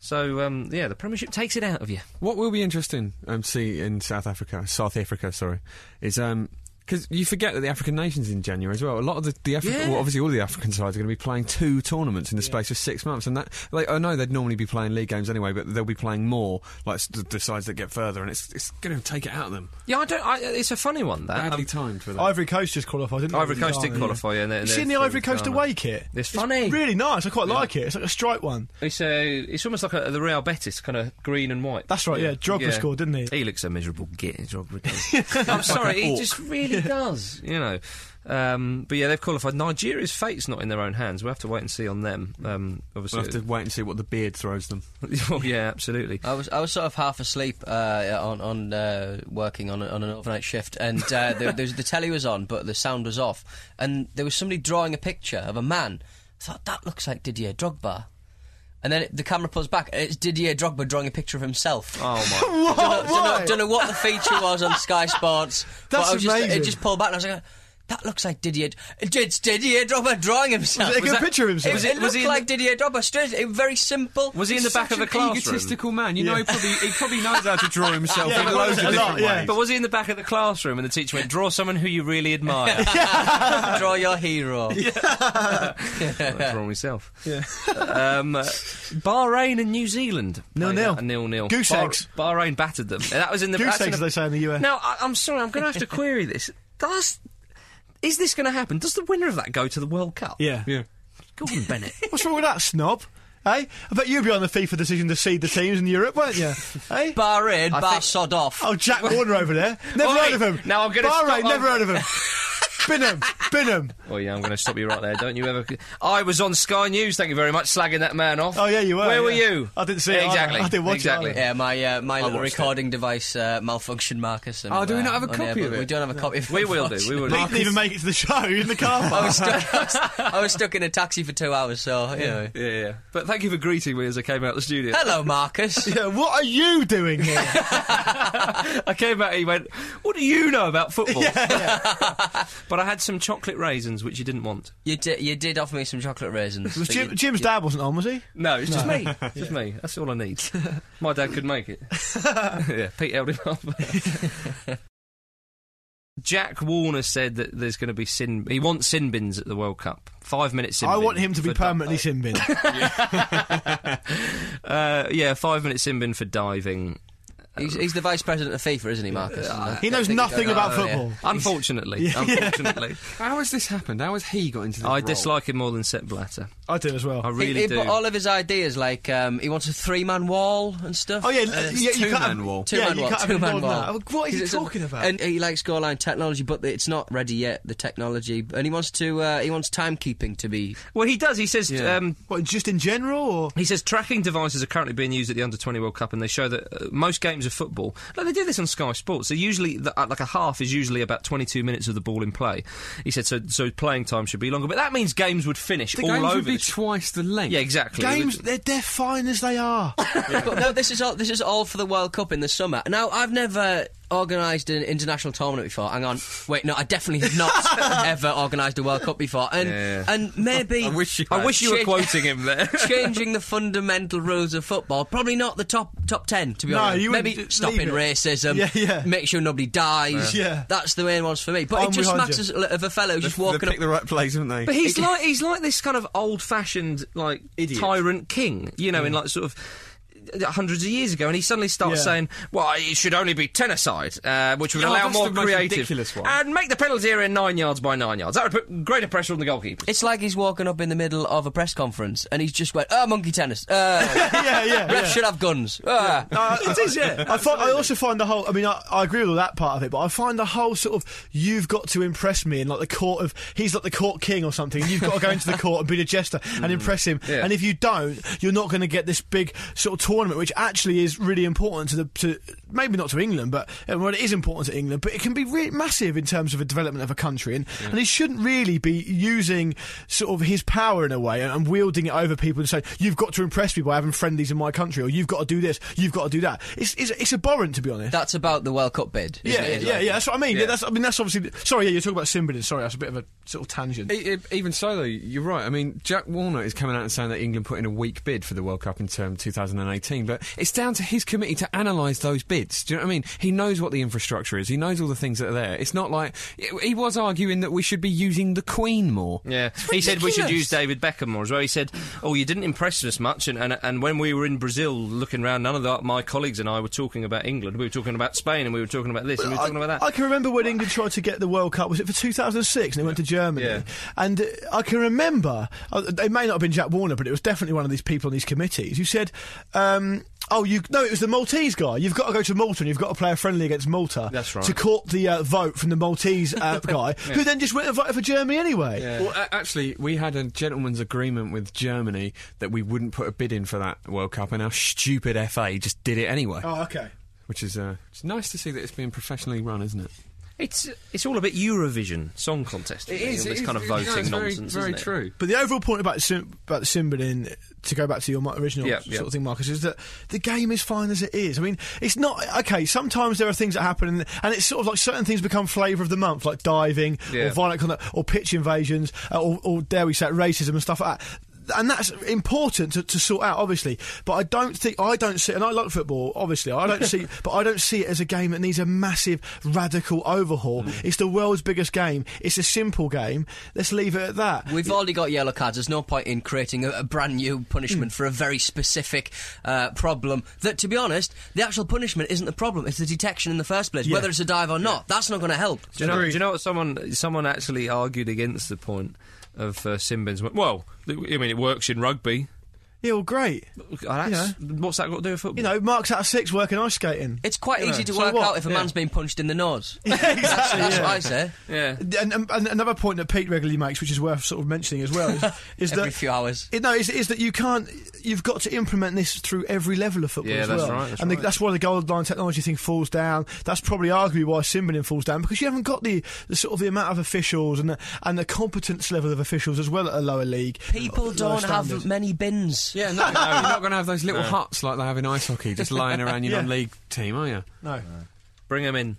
So um, yeah, the Premiership takes it out of you.
What will be interesting um, to see in South Africa, South Africa, sorry, is um 'cause because you forget that the African nations in January as well. A lot of the, the Afri-
Yeah.
well, obviously all the African sides are going to be playing two tournaments in the space of six months, and that like, I know they'd normally be playing league games anyway, but they'll be playing more like s- the, the sides that get further, and it's it's going to take it out of them.
Yeah, I don't. I, it's a funny one that
Badly
Um,
timed for them.
Ivory Coast just qualified, didn't they?
Ivory Coast
Ghana,
did qualify. Yeah, and they're-
You
they're
seen the
through
Ivory Coast
Ghana.
away kit?
It's funny.
Really nice. I quite like it. It's like a striped one.
(laughs) It's a, it's almost like a, the Real Betis kind of green and white.
That's right. Yeah, Drogba
Yeah.
scored, didn't he? (laughs)
He looks a miserable git. Drogba does. I'm sorry, he just really does. You know, Um, but yeah, they've qualified. Nigeria's fate's not in their own hands. We will have to wait and see on them. Um, obviously,
We'll have to wait and see what the beard throws them.
(laughs) Well, yeah, absolutely.
I was I was sort of half asleep uh, on on uh, working on a, on an overnight shift, and uh, there, there was, the telly was on, but the sound was off, and there was somebody drawing a picture of a man. I thought that looks like Didier Drogba, and then it, the camera pulls back, and it's Didier Drogba drawing a picture of himself.
Oh my!
(laughs) What?
Don't know, don't,
Why?
know, don't know what the feature was on Sky
(laughs)
Sports. but
That's
I was Just,
amazing.
it just pulled back, and I was like. That looks like Didier. It's Didier Drogba drawing himself.
Was it a good picture of himself?
It,
Was
it,
it-
was
looked
he in
like Didier Drogba. Strange, it, very simple.
was he in the
He's
back
such
of the
an
classroom?
Egotistical man, you know. He
Yeah.
probably he probably knows how to draw (laughs) himself
Yeah,
in
but
loads
a
of different
lot, yeah.
ways.
But was he in the back of the classroom and the teacher went, draw someone who you really admire?
(laughs) Draw your hero.
That's wrong myself. Yeah. um, uh, Bahrain and New Zealand.
Nil-nil.
played at a Nil-nil.
Goose
Bah-
eggs.
Bahrain battered them. And That was in the
Goose
that's in
eggs,
the-
they say in the US.
Now, I, I'm sorry, I'm going to have to query this. Does is this going to happen? Does the winner of that go to the World Cup?
Yeah.
Yeah.
Gordon Bennett.
What's wrong with that, snob? Hey, I bet you'd be on the FIFA decision to seed the teams in Europe,
(laughs)
weren't you? hey?
Bahrain, bar
think-
sod off.
Oh, Jack Warner over there. Never
Oi,
heard of him.
now I'm gonna
Bahrain,
stop-
never heard of him.
(laughs)
Binham, Binham.
(laughs) Oh yeah, I'm going to stop you right there. Don't you ever? I was on Sky News. Thank you very much, slagging that man off.
Oh, yeah, you were,
Where
yeah.
were you?
I didn't see
Yeah,
it either.
exactly.
I didn't watch it
exactly.
either.
Yeah, my uh, my little
watched it.
recording device uh, malfunctioned, Marcus. And,
Oh, do we
uh,
not have a
unable-
copy of it?
We don't have a copy. of it,
We will do. We will.
Pete
Do.
didn't even make it to the show in the car
(laughs)
(laughs)
I
park.
was, stuck, I, was, I was stuck in a taxi for two hours, so you know.
Yeah, yeah. But thank you for greeting me as I came out of the studio.
Hello, Marcus.
Yeah, what are you doing here?
I came out and he went, What do you know about football? (laughs) but I had some chocolate raisins, which you didn't want.
you did you did offer me some chocolate raisins.
Was
So
Jim,
you-
Jim's
you-
dad wasn't on, was he?
No, it's just me. It's (laughs) just me. That's all I need. My dad could make it. yeah, Pete held him up. (laughs) Jack Warner said that there's going to be sin. He wants sin bins at the World Cup. Five minute sin.
I
bin
want him to be
for di-
permanently sin bin.
(laughs) uh, yeah, five minute sin bin for diving.
He's, he's the vice president of FIFA, isn't he, Marcus?
He knows nothing about
Oh,
football.
Unfortunately, unfortunately,
How has this happened? How has he got into this?
I
role?
dislike him more than Sepp Blatter.
I do as
I
well.
really
he, he
do.
put all of his ideas, like um, he wants a three-man wall and stuff.
Oh yeah,
Uh,
yeah you can't have,
two-man wall.
Two
yeah,
man
you
wall.
can't have
Two
any
man
more than
wall.
that. What is he
'Cause it's a-
talking about?
And he likes goal line technology, but it's not ready yet. The technology, and he wants to. Uh, he wants timekeeping to
(laughs)
be.
well, he does. He says
Yeah.
um,
What, just in general, or
He says tracking devices are currently being used at the Under 20 World Cup, and they show that uh, most games of football, like they do this on Sky Sports, they usually the, uh, like a half is usually about 22 minutes of the ball in play. He said so. So playing time should be longer, but that means games would finish
The
all
games
over.
would be
the-
twice the length.
yeah, exactly. It
games?
would-
They're, they're fine as they are. (laughs)
But no, this is all. This is all for the World Cup in the summer. Now, I've never organised an international tournament before. Hang on, wait, no, I definitely have
(laughs)
not ever organised a World Cup before. And
Yeah.
and maybe
I wish you.
I
had.
wish
(laughs)
you were
Shit.
quoting him there.
changing the fundamental rules of football. Probably not the top top ten, to be
No,
honest.
you wouldn't
Maybe
d-
stopping
leave it.
racism.
Yeah, yeah.
Make sure nobody dies.
Yeah. Yeah.
that's the main ones for me. But
I'm
it just
behind
smacks
you.
us of a fellow who's just
They
walking up.
picked the right place, haven't they?
But he's like he's like this kind of old fashioned like
Idiot.
tyrant king, you know, in like sort of. uh, Hundreds of years ago, and he suddenly starts
Yeah.
saying, "Well, it should only be ten aside, uh, which would
Oh,
allow
that's
more
the most
creative
ridiculous one.
and make the penalty area nine yards by nine yards. That would put greater pressure on the goalkeeper."
It's like he's walking up in the middle of a press conference and he's just went, oh, monkey tennis. Uh,
(laughs) yeah, yeah.
refs
yeah.
should have guns. Ah.
Uh, (laughs) I, fi- I also find the whole. I mean, I, I agree with all that part of it, but I find the whole sort of "you've got to impress me" and like the court of he's like the court king or something. You've got to go into the court and be the jester and impress him.
Yeah.
And if you don't, you're not going to get this big sort of tournament, which actually is really important to the to maybe not to England, but uh, well, it is important to England, but it can be re- massive in terms of the development of a country. And and he shouldn't really be using sort of his power in a way and, and wielding it over people and saying you've got to impress me by having friendlies in my country or you've got to do this, you've got to do that. It's it's, it's abhorrent to be honest.
That's about the World Cup bid. isn't
Yeah,
it?
yeah, yeah. That's what I mean. Yeah.
Yeah.
that's I mean that's obviously. Sorry, yeah. You're talking about Simbin. Sorry, that's a bit of a sort of tangent.
E- e- Even so, though, you're right. I mean, Jack Warner is coming out and saying that England put in a weak bid for the World Cup in term 2018, but it's down to his committee to analyse those bids. Do you know what I mean? He knows what the infrastructure is. He knows all the things that are there. It's not like he was arguing that we should be using the Queen more.
Yeah, he said we should
ridiculous.
use David Beckham more as well. He said, "Oh, you didn't impress us much," and and, and when we were in Brazil looking around, none of the, my colleagues and I were talking about England. We were talking about Spain, and we were talking about this, and we were talking
I,
about
I
that.
can remember when England tried to get the World Cup. Was it for 2006? And they went to Germany.
Yeah.
And uh, I can remember. Uh, it may not have been Jack Warner, but it was definitely one of these people on these committees who said. Um, Oh, you no, it was the Maltese guy. You've got to go to Malta and you've got to play a friendly against Malta.
That's right.
To court the uh, vote from the Maltese
(laughs)
uh, guy, who then just went and voted for Germany anyway.
Well, a- actually, we had a gentleman's agreement with Germany that we wouldn't put a bid in for that World Cup, and our stupid FA just did it anyway.
Oh, okay.
Which is uh, it's nice to see that it's being professionally run, isn't it?
It's it's all a bit Eurovision song contest. isn't All this kind of voting nonsense.
Very,
isn't it?
true.
But the overall point about Sim- about Simbadin, to go back to your mi- original
Yeah,
sort
yeah.
of thing, Marcus, is that the game is fine as it is. I mean, it's not okay. Sometimes there are things that happen, and, and it's sort of like certain things become flavour of the month, like diving
Yeah.
or violent conduct or pitch invasions uh, or, or dare we say it, racism and stuff like that. And that's important to, to sort out, obviously. But I don't think I don't see, and I like football, obviously. I
(laughs)
don't see, but I don't see it as a game that needs a massive, radical overhaul.
Mm.
It's the world's biggest game. It's a simple game. Let's leave it at that.
We've already got yellow cards. There's no point in creating a, a brand new punishment for a very specific uh, problem. That, to be honest, the actual punishment isn't the problem. It's the detection in the first place. Whether it's a dive or not, that's not going to help.
Do you, know, do you know what someone someone actually argued against the point of uh, Simbins? went, Well, I mean, it works in rugby.
Yeah, well, great.
Uh, that's- What's that got to do with football?
You know, Mark's out of six working ice skating.
It's quite easy to
So
work
what?
out if a
Yeah.
man's been punched in the nose. that's
exactly.
that's
(laughs) yeah.
what I say.
yeah.
And, and, and another point that Pete regularly makes, which is worth sort of mentioning as
(laughs)
well, is, is
Every
that
few hours.
It- no, is, is that you can't. You've got to implement this through every level of football.
Yeah,
as
that's
well.
right, that's
and the-
right.
that's why the gold line technology thing falls down. That's probably arguably why Simbinin falls down because you haven't got the, the sort of the amount of officials and the, and the competence level of officials as well at a lower league.
People
Lower
don't have
standard.
many bins.
Yeah, no, no, you're not going to have those little huts like they have in ice hockey just lying around your
Yeah.
non-league team, are you?
No.
Bring him in.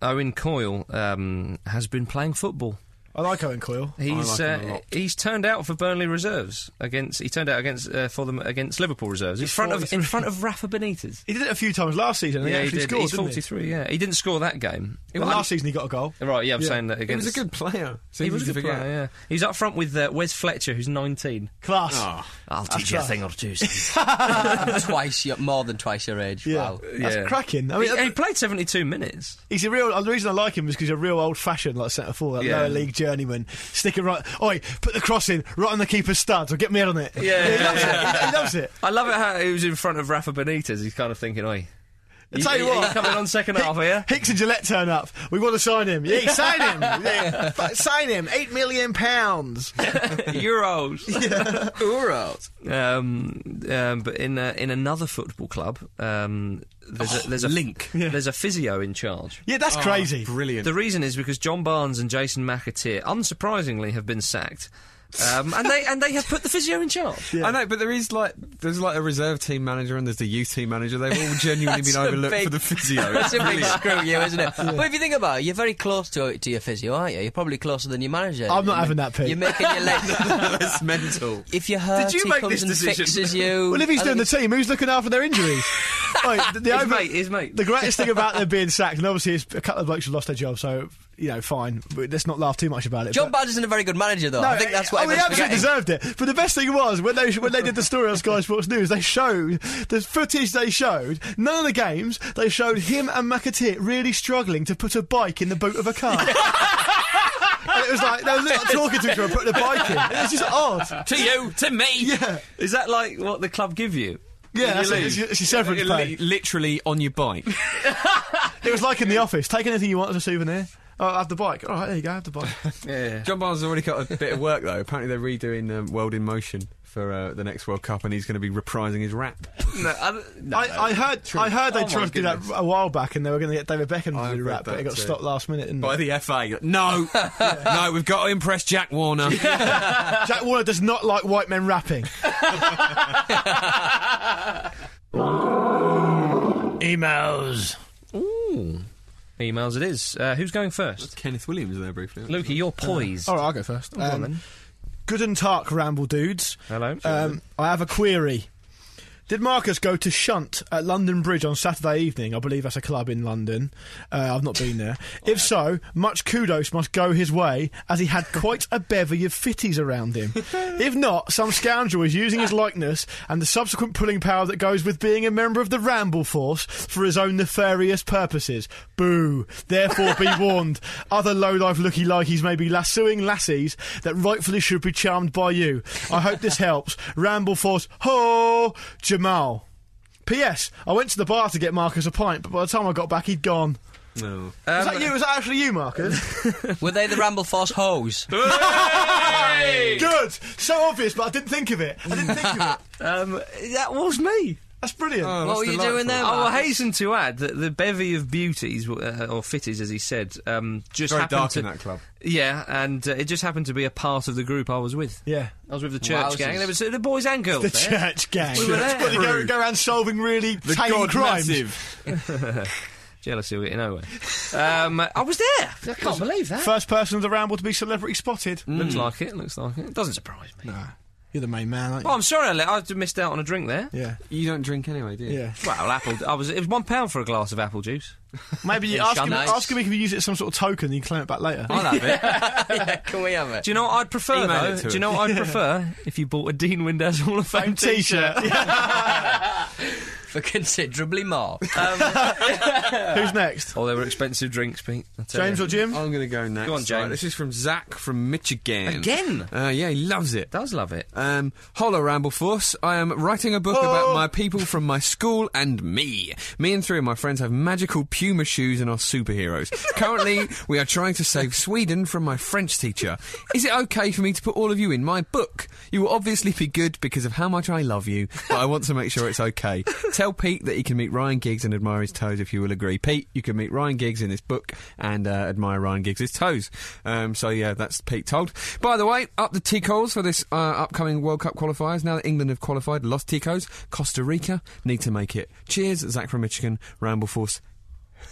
Owen Coyle um, has been playing football.
I like Owen Coyle.
He's
like him
uh,
a lot.
he's turned out for Burnley reserves against. He turned out against uh, for them against Liverpool reserves in front of in front of Rafa Benitez.
He did it a few times last season. And
yeah,
he
he
actually
did.
scored.
he's
didn't he?
forty three. Yeah, he didn't score that game.
Well, last season he got a goal.
Right, yeah, I'm
Yeah.
saying that
He
against.
was a good player. So
He was a good player. Yeah, he's up front with uh, Wes Fletcher, who's nineteen.
Class.
I'll teach you a thing or two.
(laughs) twice, your, more than twice your age.
Yeah,
Wow.
that's
Uh, Yeah.
cracking. I
he,
mean,
he played seventy two minutes.
He's a real. The reason I like him is because he's a real old-fashioned, like centre forward, like
Yeah.
lower league journeyman. Stick it right. Oi, put the cross in right on the keeper's studs. Or get me out on it.
Yeah,
he,
yeah,
loves It.
yeah.
he loves it.
I love it how he was in front of Rafa Benitez. He's kind of thinking, "Oi, you,
tell you
you-
what.
you coming on second half here."
Hicks and Gillette turn up. We want to sign him. Yeah, sign him. Yeah, f- sign him. Eight million pounds.
(laughs) Euros.
Euros.
(laughs) Um, um, but in uh, in another football club, um, there's a there's a link. There's a physio in charge.
Yeah, that's crazy.
Brilliant.
The reason is because John Barnes and Jason McAteer, unsurprisingly, have been sacked, um, and they and they have put the physio in charge.
I know, but there is like there's like a reserve team manager and there's the youth team manager. They've all genuinely been
That's a
overlooked
big-
for the physio.
(laughs) That's a big screw you, isn't
(laughs)
it? But if you think about it, you're very close to to your physio, aren't you? You're probably closer than your manager.
I'm not
You're
having that, Pete.
You're making
(laughs)
your leg.
That's mental.
if you're hurt,
Did you
he
make
comes
this
and
decision?
fixes you.
(laughs) Well, if he's
I
doing the
think
team, who's looking after
(laughs)
their injuries? Oi, the, the
His
over-
mate, his mate.
The greatest thing about them being sacked, and obviously it's a couple of blokes have lost their job, so you know, fine. But let's not laugh too much about it.
it's- John
but-
Barnes isn't a very good manager, though. I think that's what
oh, he
everyone's
absolutely
forgetting.
deserved it. But the best thing was when they when they did the story on Sky Sports News, they showed the footage they showed. None of the games they showed him and McAteer really struggling to put a bike in the boot of a car. And it was like they were like talking to each other, putting a bike in. It was just odd.
To you, to me.
Yeah.
Is that like what the club give you?
Yeah, that's it. It's, your- it's your severance pay.
literally on your bike.
It was like in the office. Take anything you want as a souvenir. Oh, I have the bike. All right, there you go. I have the bike.
Yeah.
John Barnes has already got a bit of work though. Apparently they're redoing um, World in Motion for uh, the next World Cup, and he's going to be reprising his rap.
No, I, don't- no, no.
I, I heard. I heard they
Oh, my
tried to do that
goodness.
a while back, and they were going to get David Beckham
I
to do the
read
rap, but
that
it got
too.
stopped last minute. Didn't
By
it?
the FA, no, no, we've got to impress Jack Warner.
Jack Warner does not like white men rapping.
Emails.
Ooh. Emails it is. Uh, who's going first?
Kenneth Williams there briefly.
Lukey, you're poised.
All right, I'll go first.
Go on
Um,
then.
good and Tark Ramble Dudes.
Hello.
Um, I have a query. Did Marcus go to Shunt at London Bridge on Saturday evening? I believe that's a club in London. Uh, I've not been
(laughs)
there. if so, much kudos must go his way, as he had quite a bevy of fitties
(laughs)
around him. if not, some scoundrel is using his likeness and the subsequent pulling power that goes with being a member of the Ramble Force for his own nefarious purposes. Boo. Therefore, be warned. Other lowlife looky likeys may be lassoing lassies that rightfully should be charmed by you. I hope this helps. Ramble Force, ho! Jamal. P.S. I went to the bar to get Marcus a pint, but by the time I got back, he'd gone.
No.
Was that you? Was that actually you, Marcus?
Were they the Ramble
(laughs)
Force hoes?
Good. So obvious, but I didn't think of it. I didn't think of it.
Um, that was me.
That's
Oh,
brilliant.
what
that's
were you
delightful.
doing there?
I will
(laughs) Marcus?
hasten to add that the bevy of beauties, uh, or fitties as he said, um, just
Very
happened
dark
to.
in that club.
Yeah, and uh, it just happened to be a part of the group I was with.
Yeah.
I was with the church
Wowzers.
gang. There was uh, the boys and girls
The
there.
church gang. (laughs)
We were there.
What, they go, go around solving really
The
tame
God
crimes.
massive.
Jealousy will get you nowhere. um, I was there. I can't believe that.
First person of the ramble to be celebrity spotted.
Looks like it. Looks like it. Doesn't surprise me.
You're the main man, aren't you?
Oh, I'm sorry. I, let, I missed out on a drink there.
yeah.
You don't drink anyway, do you?
Yeah.
Well, apple. I was. It was one pound for a glass of apple juice.
Maybe you ask him,
Nice.
ask him if you use it as some sort of token, you can claim it back later.
I'll have it.
(laughs) yeah, can we have it?
Do you know what I'd prefer?
Email
Though?
it to
Do
us.
you know what I'd prefer? If you bought a Dean Windass Hall of Fame T-shirt. (laughs)
For
(laughs)
considerably more. Um,
Who's next?
Oh, they were expensive drinks, Pete. I tell
James
you.
or Jim?
I'm going to go next.
Go on, James.
Right, this is from Zach from Michigan.
Again?
Uh, yeah, he loves it.
does love it.
Um, hello, Rambleforce. I am writing a book
Oh.
about my people from my school and me. Me and three of my friends have magical puma shoes and are superheroes.
(laughs)
Currently, we are trying to save Sweden from my French teacher. Is it okay for me to put all of you in my book? You will obviously be good because of how much I love you, but I want to make sure it's okay. Tell Pete that he can meet Ryan Giggs and admire his toes if you will agree. Pete, you can meet Ryan Giggs in this book and uh, admire Ryan Giggs' toes. Um, so, yeah, that's Pete told. By the way, up the Ticos for this uh, upcoming World Cup qualifiers. Now that England have qualified, Los Ticos, Costa Rica need to make it. Cheers, Zach from Michigan, Ramble Force.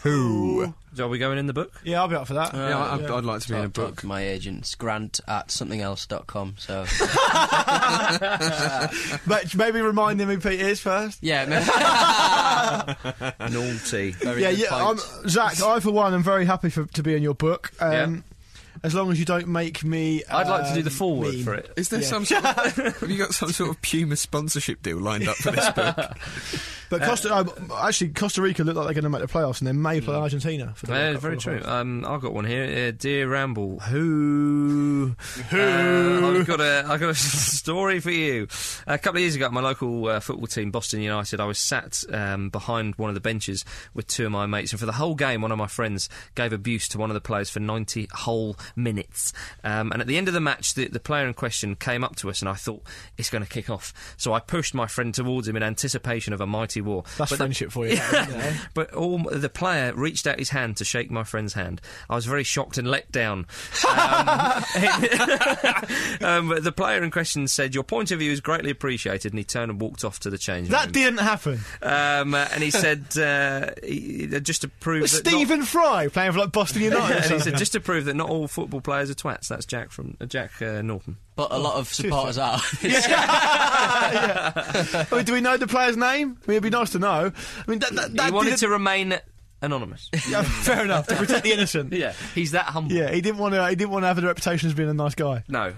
Who?
Are we going in the book?
Yeah, I'll be up for that.
yeah, I, I'd, I'd like to be in a
Talk- talk
book.
to my agents, grant at somethingelse.com. So,
But maybe remind him who Pete is first.
(laughs)
yeah, maybe.
Naughty.
Very
(laughs) Yeah,
good
yeah. I'm,
point.
Zach, I for one am very happy for, to be in your book. Um, As long as you don't make me.
I'd like to do the
um,
foreword
mean.
for it.
Is there some sort of, have you got some sort of Puma sponsorship deal lined up for this book?
But Costa, uh, actually, Costa Rica look like they're going to make the playoffs, and they may play Argentina. For the World
Hmm. Yeah,
Cup
very true.
qualifiers.
Um, I've got one here. Uh, Dear Ramble, who? Who? I've got a, I've got a (laughs) story for you. A couple of years ago at my local uh, football team, Boston United, I was sat um, behind one of the benches with two of my mates, and for the whole game, one of my friends gave abuse to one of the players for 90 whole minutes. Um, and at the end of the match, the, the player in question came up to us, and I thought, it's going to kick off. So I pushed my friend towards him in anticipation of a mighty war.
That's
But the-
friendship for you.
(laughs) but all the player reached out his hand to shake my friend's hand. I was very shocked and let down. Um, (laughs) um, but the player in question said, "Your point of view is greatly appreciated," and he turned and walked off to the change
(laughs) that
room.
didn't happen.
um, uh, and he said, uh, he- he- "Just to prove
It's
that not- (laughs)
Stephen Fry playing for like (laughs) Boston United. or
and he
something.
said, "Just to prove that not all football players are twats." That's Jack from uh, Jack uh, Norton.
But a lot
(laughs)
of supporters are.
I mean, do we know the player's name? I mean, it'd be nice to know. I mean, that, that, that
he wanted
didn't-
to remain anonymous.
(laughs) Yeah, fair enough to protect the (laughs) innocent.
yeah, he's that humble.
Yeah, he didn't want to. He didn't want to have the reputation as being a nice guy. (laughs)
No,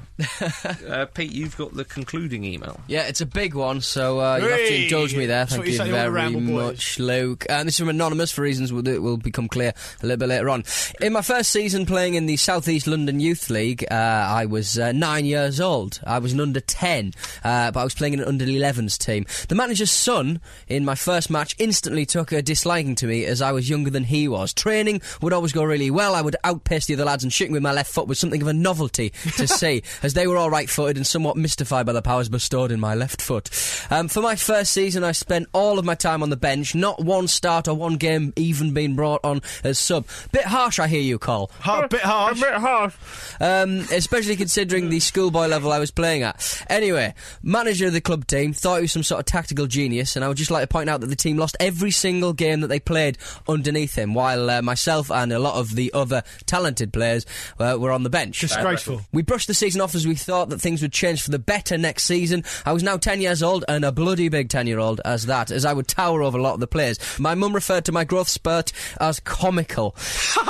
uh, Pete, you've got the concluding email.
(laughs) Yeah, it's a big one, so uh, you have to
Hey!
indulge me there.
That's
Thank
what you
you
say to all the
very
Ramble boys.
much, Luke. And this is from Anonymous for reasons will, will become clear a little bit later on. In my first season playing in the South East London Youth League, uh, I was uh, nine years old. I was an under 10, uh, but I was playing in an under 11s team. The manager's son in my first match instantly took a disliking to me as I was younger than he was. Training would always go really well. I would outpace the other lads, and shooting with my left foot was something of a novelty to see, as they were all right footed and somewhat mystified by the powers bestowed in my left foot. Um, for my first season, I spent all of my time on the bench, not one start or one game even being brought on as sub. Bit harsh, I hear you, Cole.
Hard, bit harsh.
Um, especially considering the schoolboy level I was playing at. Anyway, manager of the club team thought he was some sort of tactical genius, and I would just like to point out that the team lost every single game that they played underneath him, while uh, myself and a lot of the other talented players uh, were on the bench.
Disgraceful.
We brushed the season off as we thought that things would change for the better next season. I was now 10 years old and a bloody big 10 year old as that, as I would tower over a lot of the players. My mum referred to my growth spurt as
(laughs)
comical.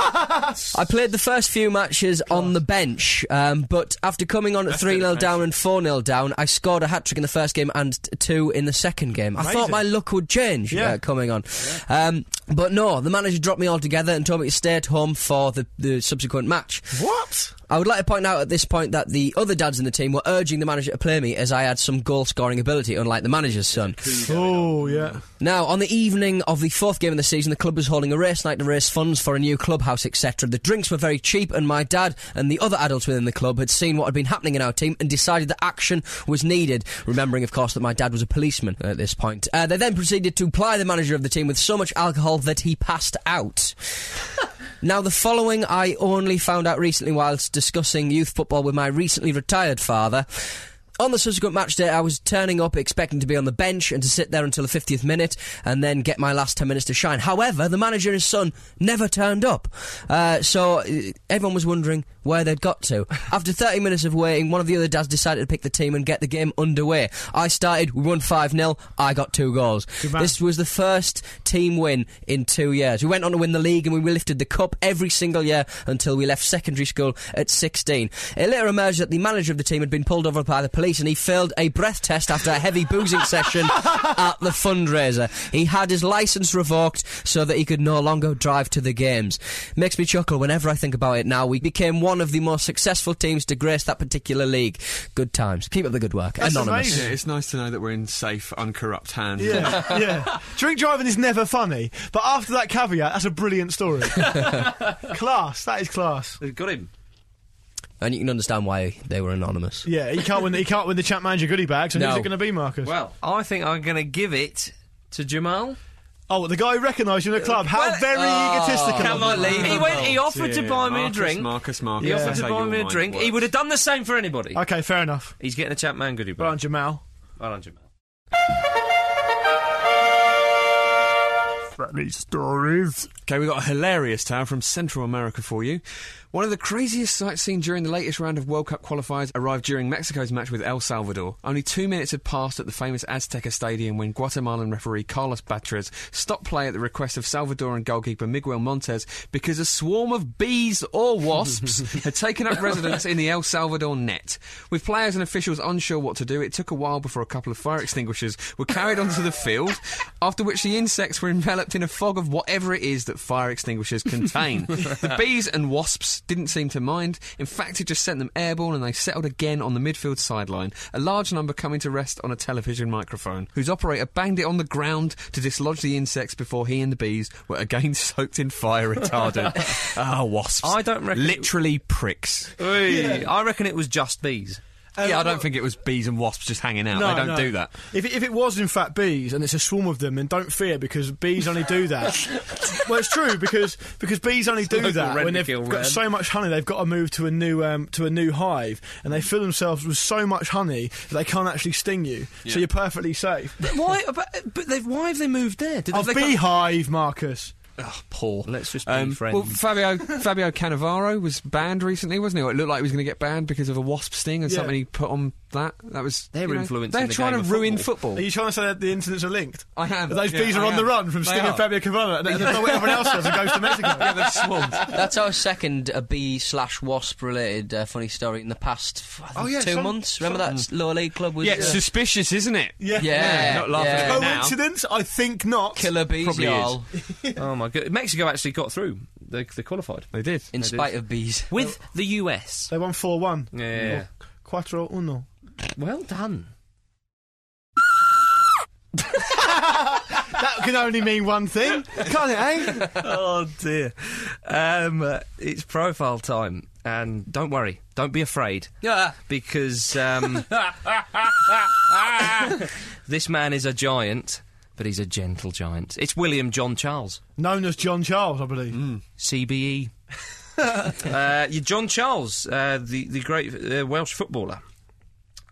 I played the first few matches on the bench, um, but after coming on at 3 0 down and 4 0 down, I scored a hat trick in the first game and t- two in the second game. I thought
Amazing.
my luck would change
Yeah.
uh, coming on. Um, but no, the manager dropped me altogether and told me to stay at home for the, the subsequent match.
What?
I would like to point out at this point that the other dads in the team were urging the manager to play me as I had some goal scoring ability, unlike the manager's son.
Oh, yeah.
Now, on the evening of the fourth game of the season, the club was holding a race night to raise funds for a new clubhouse, etc. The drinks were very cheap, and my dad and the other adults within the club had seen what had been happening in our team and decided that action was needed, remembering, of course, that my dad was a policeman at this point. Uh, they then proceeded to ply the manager of the team with so much alcohol that he passed out. Now, the following I only found out recently whilst discussing youth football with my recently retired father. On the subsequent match day, I was turning up expecting to be on the bench and to sit there until the 50th minute and then get my last 10 minutes to shine. However, the manager and his son never turned up. Uh, so uh, everyone was wondering where they'd got to. After 30 minutes of waiting, one of the other dads decided to pick the team and get the game underway. I started, we won 5 0, I got two goals.
man.
This was the first team win in two years. We went on to win the league and we lifted the cup every single year until we left secondary school at 16. It later emerged that the manager of the team had been pulled over by the police and he failed a breath test after a heavy boozing (laughs) session at the fundraiser. He had his licence revoked so that he could no longer drive to the games. Makes me chuckle whenever I think about it now. We became one of the most successful teams to grace that particular league. Good times. Keep up the good work.
That's
Anonymous.
amazing. It's nice to know that we're in safe, uncorrupt hands.
Yeah, yeah. Drink driving is never funny, but after that caveat, that's a brilliant (laughs) story. class, that is class.
They've got him.
And you can understand why they were anonymous.
Yeah, he can't win. He can't win the champ manager goodie bag. So
No.
who's it going to be, Marcus?
Well, I think I'm going to give it to Jamal.
Oh, the guy who recognised you in the club. How
Well, oh.
very egotistical.
He went. He offered to
Yeah,
buy me
Marcus,
a drink.
Marcus, Marcus.
He
that's
offered to
how
buy
your
me a
mind
drink. He
works.
would have done the same for anybody.
Okay, fair enough.
He's getting a Chapman goodie
Well
bag.
done, Jamal.
Well done, Jamal.
Okay, we've got a hilarious tale from Central America for you. One of the craziest sights seen during the latest round of World Cup qualifiers arrived during Mexico's match with El Salvador. Only two minutes had passed at the famous Azteca Stadium when Guatemalan referee Carlos Batres stopped play at the request of Salvadoran goalkeeper Miguel Montes because a swarm of bees
(laughs)
or wasps had taken up residence in the El Salvador net. With players and officials unsure what to do, it took a while before a couple of fire extinguishers were carried onto the field, after which the insects were enveloped in a fog of whatever it is that fire extinguishers
(laughs)
contain. the bees and wasps didn't seem to mind. In fact, it just sent them airborne and they settled again on the midfield sideline, a large number coming to rest on a television microphone, whose operator banged it on the ground to dislodge the insects before he and the bees were again (laughs) soaked in fire
(laughs)
retardant. Ah, wasps.
I don't reckon- Uh,
Literally pricks.
I reckon it was just bees.
yeah, I don't think it was bees and wasps just hanging out. they don't
Oh, no.
do that.
If, it- if it was in fact bees and it's a swarm of them, then don't fear because bees only do that.
(laughs)
well, it's true because because bees only do
Local
that when they've
Renfield
got
man.
so much honey they've got to move to a new um, to a new hive and they fill themselves with so much honey that they can't actually sting you. So you're perfectly safe.
But why? But, but they've, why have they moved there? Did
A
they-
beehive, Marcus.
Oh, poor.
Let's just be friends.
Well, Fabio Fabio Cannavaro was banned recently, wasn't he? Or It looked like he was going to get banned because of a wasp sting and
Yeah.
something he put on that. That was
They're
you know,
influencing
They're
the
trying
game
to
of
ruin
football.
football.
Are you trying to say that the incidents are linked?
I am.
Those
Yeah,
bees are
I
on the
am.
run from
They
stinging
are.
Fabio Cavallo and, and not what everyone else does and goes to Mexico.
(laughs) Yeah, they're swamped.
That's our second uh, bee slash wasp related uh, funny story in the past f- I think,
Oh, yeah,
two
some-
months. Remember that lower league club was uh,
Yeah, it's suspicious, isn't it?
Yeah.
Yeah,
not laughing
yeah.
at it now.
Coincidence? I think not.
killer bees,
Probably is.
y'all.
oh my god! Mexico actually got through. They, they qualified
They did.
In spite of bees.
with the US.
They won 4 1.
Yeah.
Quattro uno.
Well done.
That can only mean one thing, can't it, eh?
(laughs) oh dear. Um, uh, it's profile time, and don't worry, don't be afraid,
Yeah.
because um, this man is a giant, but he's a gentle giant. It's William John Charles,
Known as John Charles, I believe.
CBE. (laughs) uh, you John Charles, uh, the the great uh, Welsh footballer,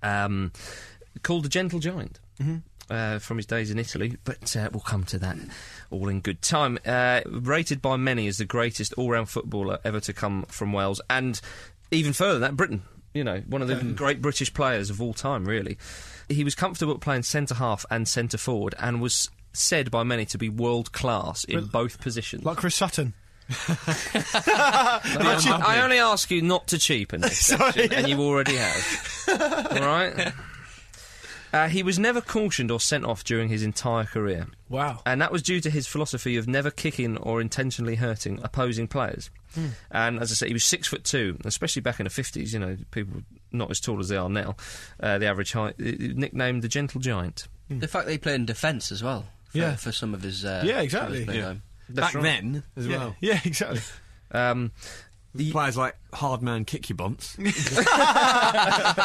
um, called the gentle giant. Uh, from his days in Italy, but uh, we'll come to that all in good time. Uh, rated by many as the greatest all-round footballer ever to come from Wales, and even further than that, Britain. You know, one of the great British players of all time. Really, he was comfortable at playing centre half and centre forward, and was said by many to be world class in both positions.
Like Chris Sutton.
I, che- I only ask you not to cheapen this, section, and you already have. All right. Uh, he was never cautioned or sent off during his entire career.
Wow.
And that was due to his philosophy of never kicking or intentionally hurting opposing players. And as I said, he was six foot two, especially back in the 50s. You know, people were not as tall as they are now. Uh, the average height, uh, nicknamed the Gentle Giant.
The fact that he played in defence as well. For,
Yeah.
For some of his. Uh,
Yeah,
some of
exactly.
his playing
Yeah.
time.
Back then, as
yeah.
well.
Yeah, exactly.
Um, Ye-
Players like Hard Man Kick Your
(laughs)
Bonce.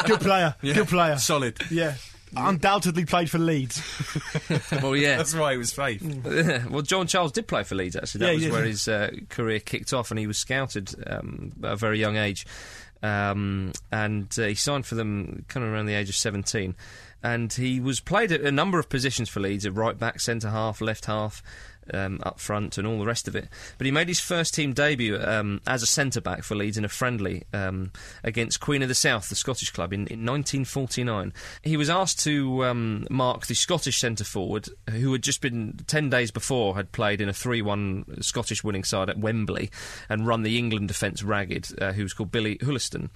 Good player. Good player.
Solid.
yeah. Undoubtedly played for Leeds.
well, yeah.
That's why he was faith.
(laughs)
Mm.
well, John Charles did play for Leeds, actually. That
Yeah, he
was
did,
where
yeah.
his uh, career kicked off, and he was scouted um, at a very young age. Um, and uh, he signed for them kind of around the age of 17. And he was played at a number of positions for Leeds at right back, centre half, left half, um, up front, and all the rest of it. But he made his first team debut um, as a centre back for Leeds in a friendly um, against Queen of the South, the Scottish club, in, in 1949. He was asked to um, mark the Scottish centre forward, who had just been 10 days before had played in a 3 1 Scottish winning side at Wembley and run the England defence ragged, uh, who was called Billy Hulliston.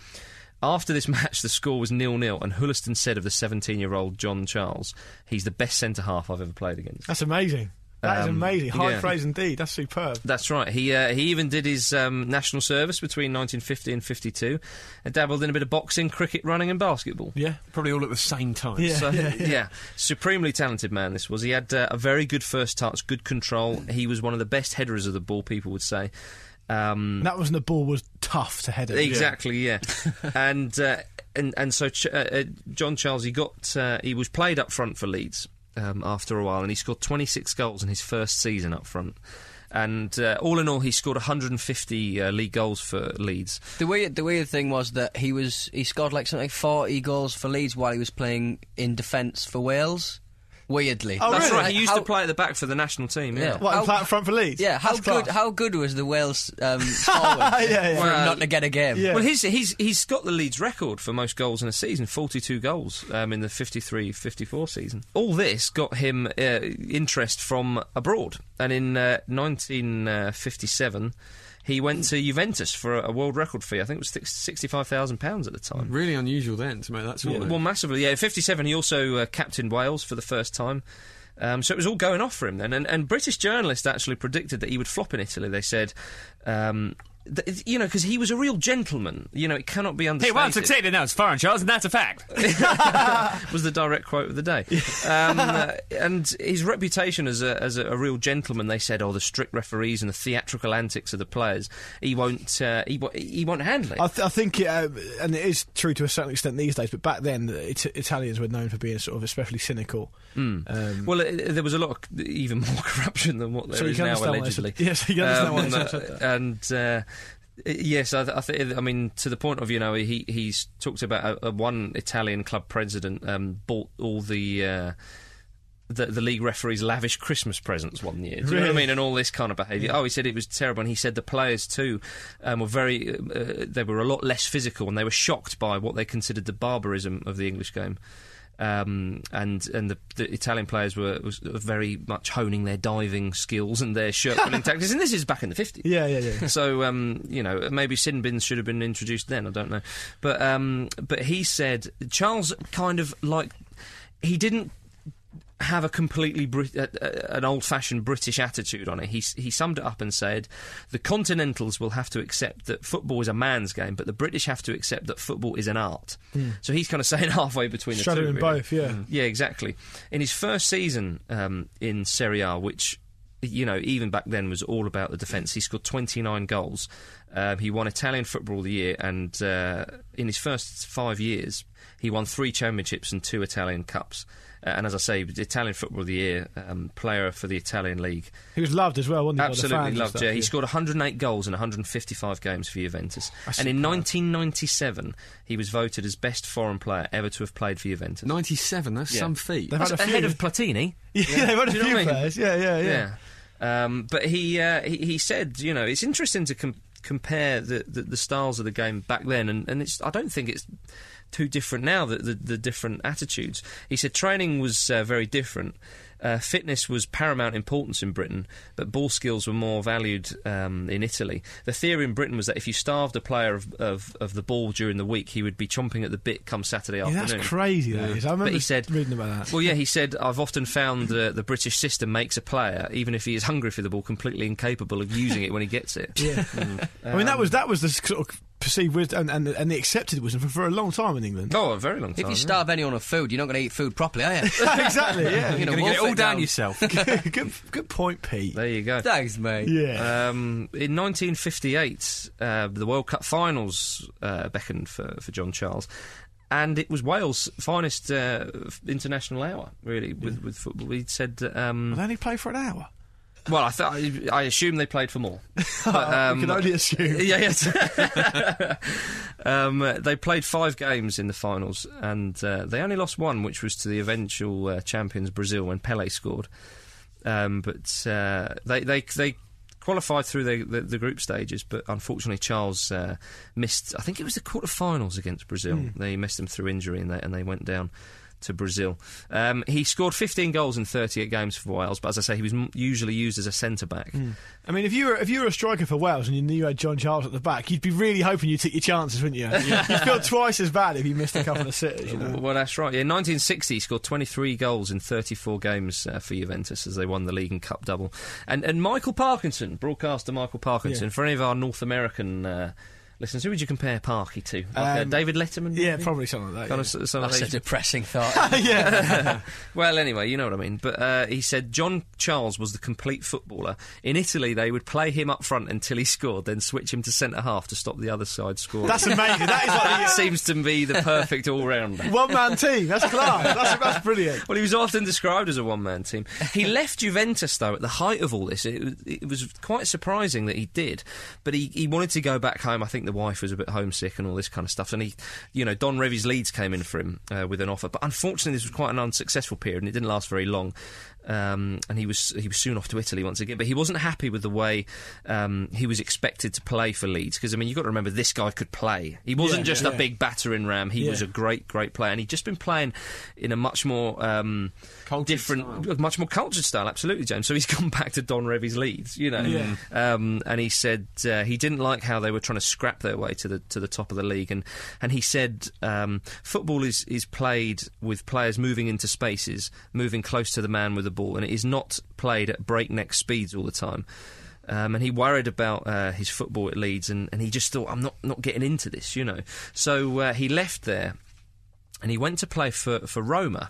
After this (laughs) match, the score was nil nil, and Hulliston said of the 17 year old John Charles, he's the best centre half I've ever played against.
That's amazing. That is
Um,
amazing. High
yeah.
praise indeed. That's superb.
That's right. He uh, he even did his um, national service between 1950 and 52, and dabbled in a bit of boxing, cricket, running, and basketball.
Yeah.
Probably all at the same time.
Yeah.
(laughs) So, yeah, supremely talented man. This was. He had uh, a very good first touch, good control. He was one of the best headers of the ball. People would say. Um,
That was when the ball was tough to head at.
Exactly, yeah. and, uh, and and so Ch- uh, uh, John Charles, he got uh, he was played up front for Leeds um, after a while, and he scored 26 goals in his first season up front. And uh, all in all, he scored 150 uh, league goals for Leeds.
The weird, the weird thing was that he was he scored like something like forty goals for Leeds while he was playing in defence for Wales. Weirdly,
Oh,
That's
really?
right. He used
How-
to play at the back for the national team. Yeah.
Yeah.
What,
How-
and play up front for Leeds?
Yeah, how
That's
good?
(laughs) class.
How good was the Wales
(laughs)
um, forward
yeah, yeah.
for him
Well,
not to get a game?
yeah.
Well, he's, he's, he's got the Leeds record for most goals in a season 42 goals um, in the 53 54 season. All this got him uh, interest from abroad. And in uh, 1957, he went to Juventus for a, a world record fee. I think it was six- £65,000 at the time.
Really unusual then to make that sort
Well,
of.
well, massively. Yeah, in 57, he also uh, captained Wales for the first time. Um, so it was all going off for him then. And, and British journalists actually predicted that he would flop in Italy. They said, um, th- you know, because he was a real gentleman. You know, it cannot be understated.
(laughs) in those foreign Charles, and that's a fact.
(laughs) was the direct quote of the day. um, uh, and his reputation as a, as a, a real gentleman, they said, oh, the strict referees and the theatrical antics of the players, he won't, uh, he, wo- he won't handle it.
I, th- I think, it, uh, and it is true to a certain extent these days, but back then, the it- Italians were known for being sort of especially cynical. Um,
well, uh, there was a lot of even (laughs) more corruption than what there is
so you can
now,
understand why I
allegedly.
said- (laughs) Yes, you can understand why I
Um,
said- said that.
uh, and uh, yes, I, th- I, th- I mean to the point of you know he he's talked about a, a one Italian club president um, bought all the. Uh, the, the league referees lavish Christmas presents one year. Do you know what I
Really?
mean? And all this kind of behaviour. Oh, he said it was terrible, and he said the players too um, were very. Uh, they were a lot less physical, and they were shocked by what they considered the barbarism of the English game. Um, and and the, the Italian players were was very much honing their diving skills and their shirt pulling tactics. And this is back in the fifties.
Yeah, yeah,
(laughs)
yeah.
So um, you know, maybe sin bins should have been introduced then. I don't know, but um, but he said Charles kind of like he didn't have a completely Brit- uh, uh, an old-fashioned British attitude on it. He s- he summed it up and said, "The Continentals will have to accept that football is a man's game, but the British have to accept that football is an art." So he's kind of (laughs) saying halfway between the two.
Straddling
really.
Hmm.
Hmm.
both, yeah.
Yeah, exactly. In his first season um, in Serie A, which you know even back then was all about the defence, he scored 29 goals. Um, he won Italian Football of the Year, and uh, in his first five years, he won three championships and two Italian cups. Uh, and as I say, the Italian Football of the Year um, player for the Italian league.
He was loved as well, wasn't he? by the fans
Absolutely
and
loved.
stuff,
Yeah, he scored 108 goals in 155 games for Juventus. and in 1997, he was voted as best foreign player ever to have played for Juventus.
97, that's
Yeah.
some feat.
They've
That's
had a
ahead
few.
of Platini.
(laughs) Yeah, they won a
Do you know
few
what I mean?
players. Yeah, yeah, yeah.
Yeah. Um, but he, uh, he he said, you know, it's interesting to com- compare the, the, the styles of the game back then, and, and it's I don't think it's too different now, the, the, the different attitudes. He said training was uh, very different. uh, fitness was paramount importance in Britain, but ball skills were more valued um, in Italy. The theory in Britain was that if you starved a player of, of, of the ball during the week, he would be chomping at the bit come Saturday
Yeah,
afternoon.
that's crazy. That is. I remember
But he said-
reading about that.
Well, yeah, he said, I've often found that the British system makes a player, even if he is hungry for the ball, completely incapable of using it when he gets it. (laughs) Mm.
Yeah. I mean, that
um,
was that was the sort of perceived wisdom and, and, and the accepted wisdom for, for a long time in England.
Oh, a very long time.
If you
yeah.
starve anyone of food, you're not going to eat food properly, are
(laughs)
you?
exactly. Yeah.
You're
You're
gonna
going to get it
wolf
all
it
down
(laughs)
down.
yourself. (laughs)
good, good point, Pete.
There you go.
Thanks, mate.
Yeah.
Um, in 1958, uh, the World Cup finals uh, beckoned for, for John Charles, and it was Wales' finest uh, f- international hour, really, with, with football. He'd said, um,
Well, they only play for an hour.
well, I, thought I assume they played for
(laughs)
more. (laughs) But,
Oh, we can
um,
only
(laughs)
assume.
yeah, yes. (laughs) um, uh, they played five games in the finals, and uh, they only lost one, which was to the eventual uh, champions Brazil when Pele scored. Um, but uh, they they they qualified through the, the, the group stages, but unfortunately Charles uh, missed. I think it was the quarterfinals against Brazil. They missed them through injury, and they and they went down. To Brazil, um, he scored 15 goals in 38 games for Wales, but as I say, he was m- usually used as a centre back.
I mean, if you were if you were a striker for Wales and you knew you had John Charles at the back, you'd be really hoping you took your
(laughs)
chances, wouldn't you? You'd feel twice as bad if you missed a couple of sitters. You know?
Well, that's right. Yeah, in 1960, he scored 23 goals in 34 games uh, for Juventus as they won the league and cup double. And and Michael Parkinson, broadcaster Michael Parkinson,
Yeah.
for any of our North American uh, listeners, who would you compare Parky to? Like, uh,
Um,
David Letterman?
Yeah,
maybe?
probably something like that.
Kind of s- some of
That's a
these-
(laughs)
depressing thought.
(laughs) well, anyway, you know what I mean. But uh, he said John Charles was the complete footballer. In Italy, they would play him up front until he scored, then switch him to centre half to stop the other side scoring. (laughs)
That's amazing. That is like
that seems to be the perfect all-rounder.
the one man team. That's class. That's, that's brilliant.
(laughs) Well, he was often described as a one man team. He left Juventus, though, at the height of all this. It, was- it was quite surprising that he did, but he, he wanted to go back home. I think the wife was a bit homesick and all this kind of stuff. And he, you know, Don Revie's Leeds came in for him uh, with an offer, but unfortunately, this was quite an unsuccessful period and it didn't last very long. Um, and he was he was soon off to Italy once again, but he wasn't happy with the way um, he was expected to play for Leeds because I mean you've got to remember this guy could play. He wasn't just a big battering ram. He was a great great player, and he'd just been playing in a much more um, different, much more cultured style. Absolutely, James. So he's (laughs) gone back to Don Revie's Leeds, you know,
Yeah.
um, and he said uh, he didn't like how they were trying to scrap their way to the to the top of the league, and and he said um, football is is played with players moving into spaces, moving close to the man with the ball, and it is not played at breakneck speeds all the time. Um, and he worried about uh, his football at Leeds, and, and he just thought, I'm not, not getting into this, you know. So uh, he left there and he went to play for for Roma.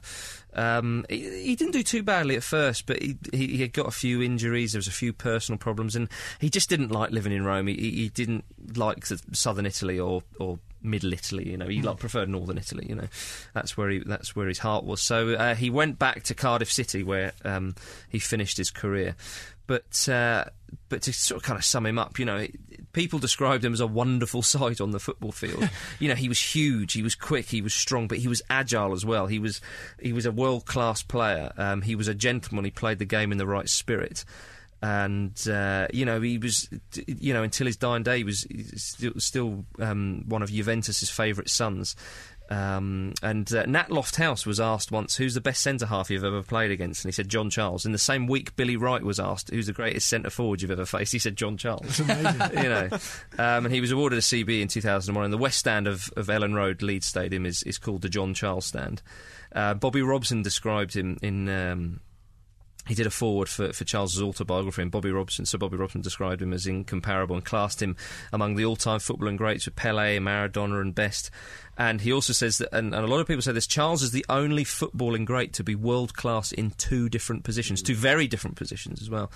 Um, he, he didn't do too badly at first, but he, he he had got a few injuries. There was a few personal problems, and he just didn't like living in Rome. He, he he didn't like the southern Italy or or middle Italy. You know, he like, preferred northern Italy. You know, that's where he that's where his heart was. So uh, he went back to Cardiff City, where um, he finished his career. But uh, but to sort of kind of sum him up, you know, it, people described him as a wonderful (laughs) sight on the football field. you know, he was huge, he was quick, he was strong, but he was agile as well. He was he was a world class player. Um, he was a gentleman. He played the game in the right spirit. And uh, you know he was, d- you know, until his dying day, he was he's still, still um, one of Juventus's favourite sons. Um, and uh, Nat Lofthouse was asked once, "Who's the best centre half you've ever played against?" And he said, "John Charles." In the same week, Billy Wright was asked, "Who's the greatest centre forward you've ever faced?" He said, "John Charles." you know, um, and he was awarded a CB in 2001. And the West Stand of, of Ellen Road Leeds Stadium is is called the John Charles Stand. Uh, Bobby Robson described him in. Um, he did a foreword for, for Charles's autobiography, and Bobby Robson. So Bobby Robson described him as incomparable and classed him among the all-time footballing greats with Pele, Maradona, and Best. And he also says that, and, and a lot of people say this: Charles is the only footballing great to be world class in two different positions, two very different positions as well.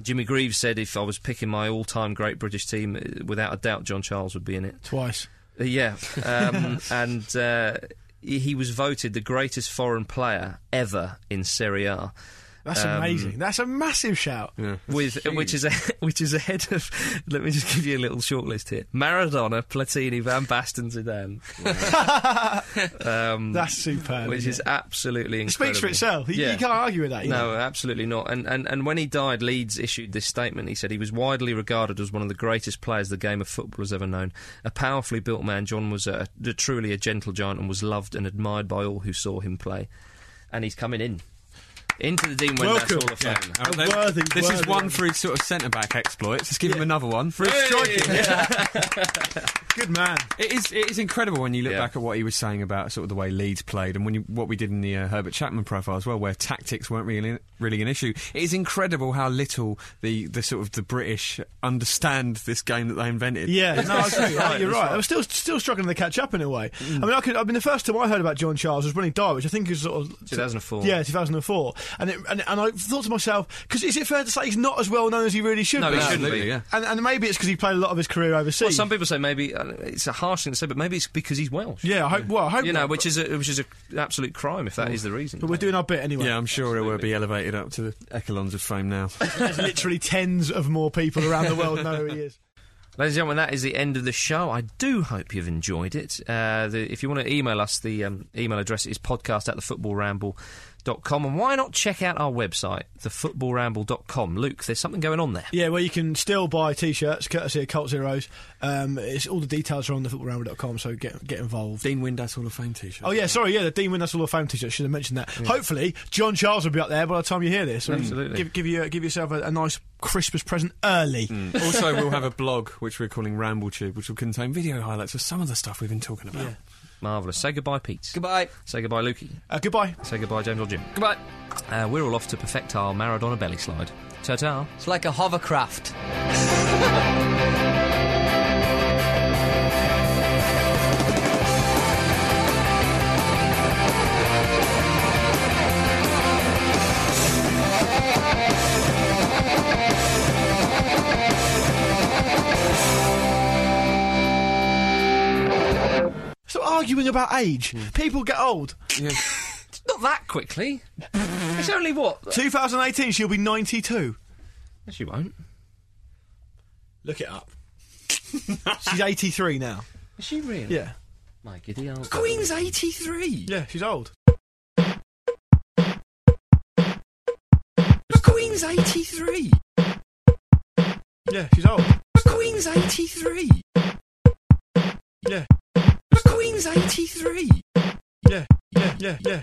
Jimmy Greaves said, "If I was picking my all-time great British team, uh, without a doubt, John Charles would be in it."
Twice.
Uh, Yeah, um, and uh, he he was voted the greatest foreign player ever in Serie A
That's
Um,
amazing. That's a massive shout.
with which is a, (laughs) which is ahead of. Let me just give you a little short list here: Maradona, Platini, Van Basten, Zidane,
That's superb.
mm, which
isn't
is
it?
absolutely
It
incredible.
Oh, speaks for itself. You,
Yeah.
you can't argue with that. You
No,
know?
absolutely not. And, and and when he died, Leeds issued this statement. He said he was widely regarded as one of the greatest players the game of football has ever known. A powerfully built man, John was a, a- truly a gentle giant and was loved and admired by all who saw him play. And he's coming in. into the Dean Wendass
Welcome.
Hall of Fame.
Yeah.
A worthy,
this is
worthy.
one for his sort of centre back exploits. Let's give him another one.
striking.
Good man.
It is it is incredible when you look
Yeah.
back at what he was saying about sort of the way Leeds played and when you, what we did in the uh, Herbert Chapman profile as well, where tactics weren't really really an issue. It is incredible how little the, the sort of the British understand this game that they invented.
Yeah, no, I agree. I think you're right. I was still still struggling to catch up in a way. I mean, I could. I mean, the first time I heard about John Charles was when he died, which I think is sort of
2004.
Yeah, 2004. And it, and, and I thought to myself, because is it fair to say he's not as well known as he really should
No,
be?
he shouldn't
absolutely,
be.
yeah.
And, and maybe it's because he played a lot of his career overseas.
Well, some people say maybe uh, it's a harsh thing to say, but maybe it's because he's Welsh.
yeah, I hope. Well, I hope
you know,
not,
which is a, which is an absolute crime if that is the reason.
But we're doing our bit anyway.
Yeah, I'm sure it will be elevated up to the echelons of fame now.
There's literally tens of more people around the world know who he is.
Ladies and gentlemen, that is the end of the show. I do hope you've enjoyed it. Uh, the, if you want to email us, the um, email address is podcast at thefootballramble.com. And why not check out our website, thefootballramble.com? Luke, there's something going on there.
(laughs) Yeah, where you can still buy t-shirts courtesy of Cult Zeros. Um, it's all the details are on thefootballramble.com, so get get
(laughs)
involved.
Dean Windass Hall of Fame T-shirt. (laughs)
Oh yeah, sorry, yeah, the Dean Windass Hall of Fame T-shirt. Should have mentioned that. Hopefully, John Charles will be up there by the time you hear this.
Absolutely.
Give, give you uh, give yourself a, a nice Christmas present early.
Mm. also, we'll have a blog which we're calling Ramble Tube, which will contain video highlights of some of the stuff we've been talking about.
Marvellous. Say goodbye, Pete.
Goodbye.
Say goodbye, Lukey.
Uh, goodbye.
Say goodbye, James or Jim.
Goodbye.
Uh, we're all off to perfect our Maradona belly slide. Ta ta.
It's like a hovercraft.
Stop arguing about age. People get old.
Not that
(laughs)
quickly. it's only what?
2018, she'll be 92.
Yes, you won't.
Look it up. she's 83 now.
Is she really?
Yeah,
My giddy old.
Queen's 83.
yeah, she's old.
Queen's 83.
Yeah, she's old.
Queen's 83.
Yeah,
Queen's 83.
yeah, yeah, yeah, yeah.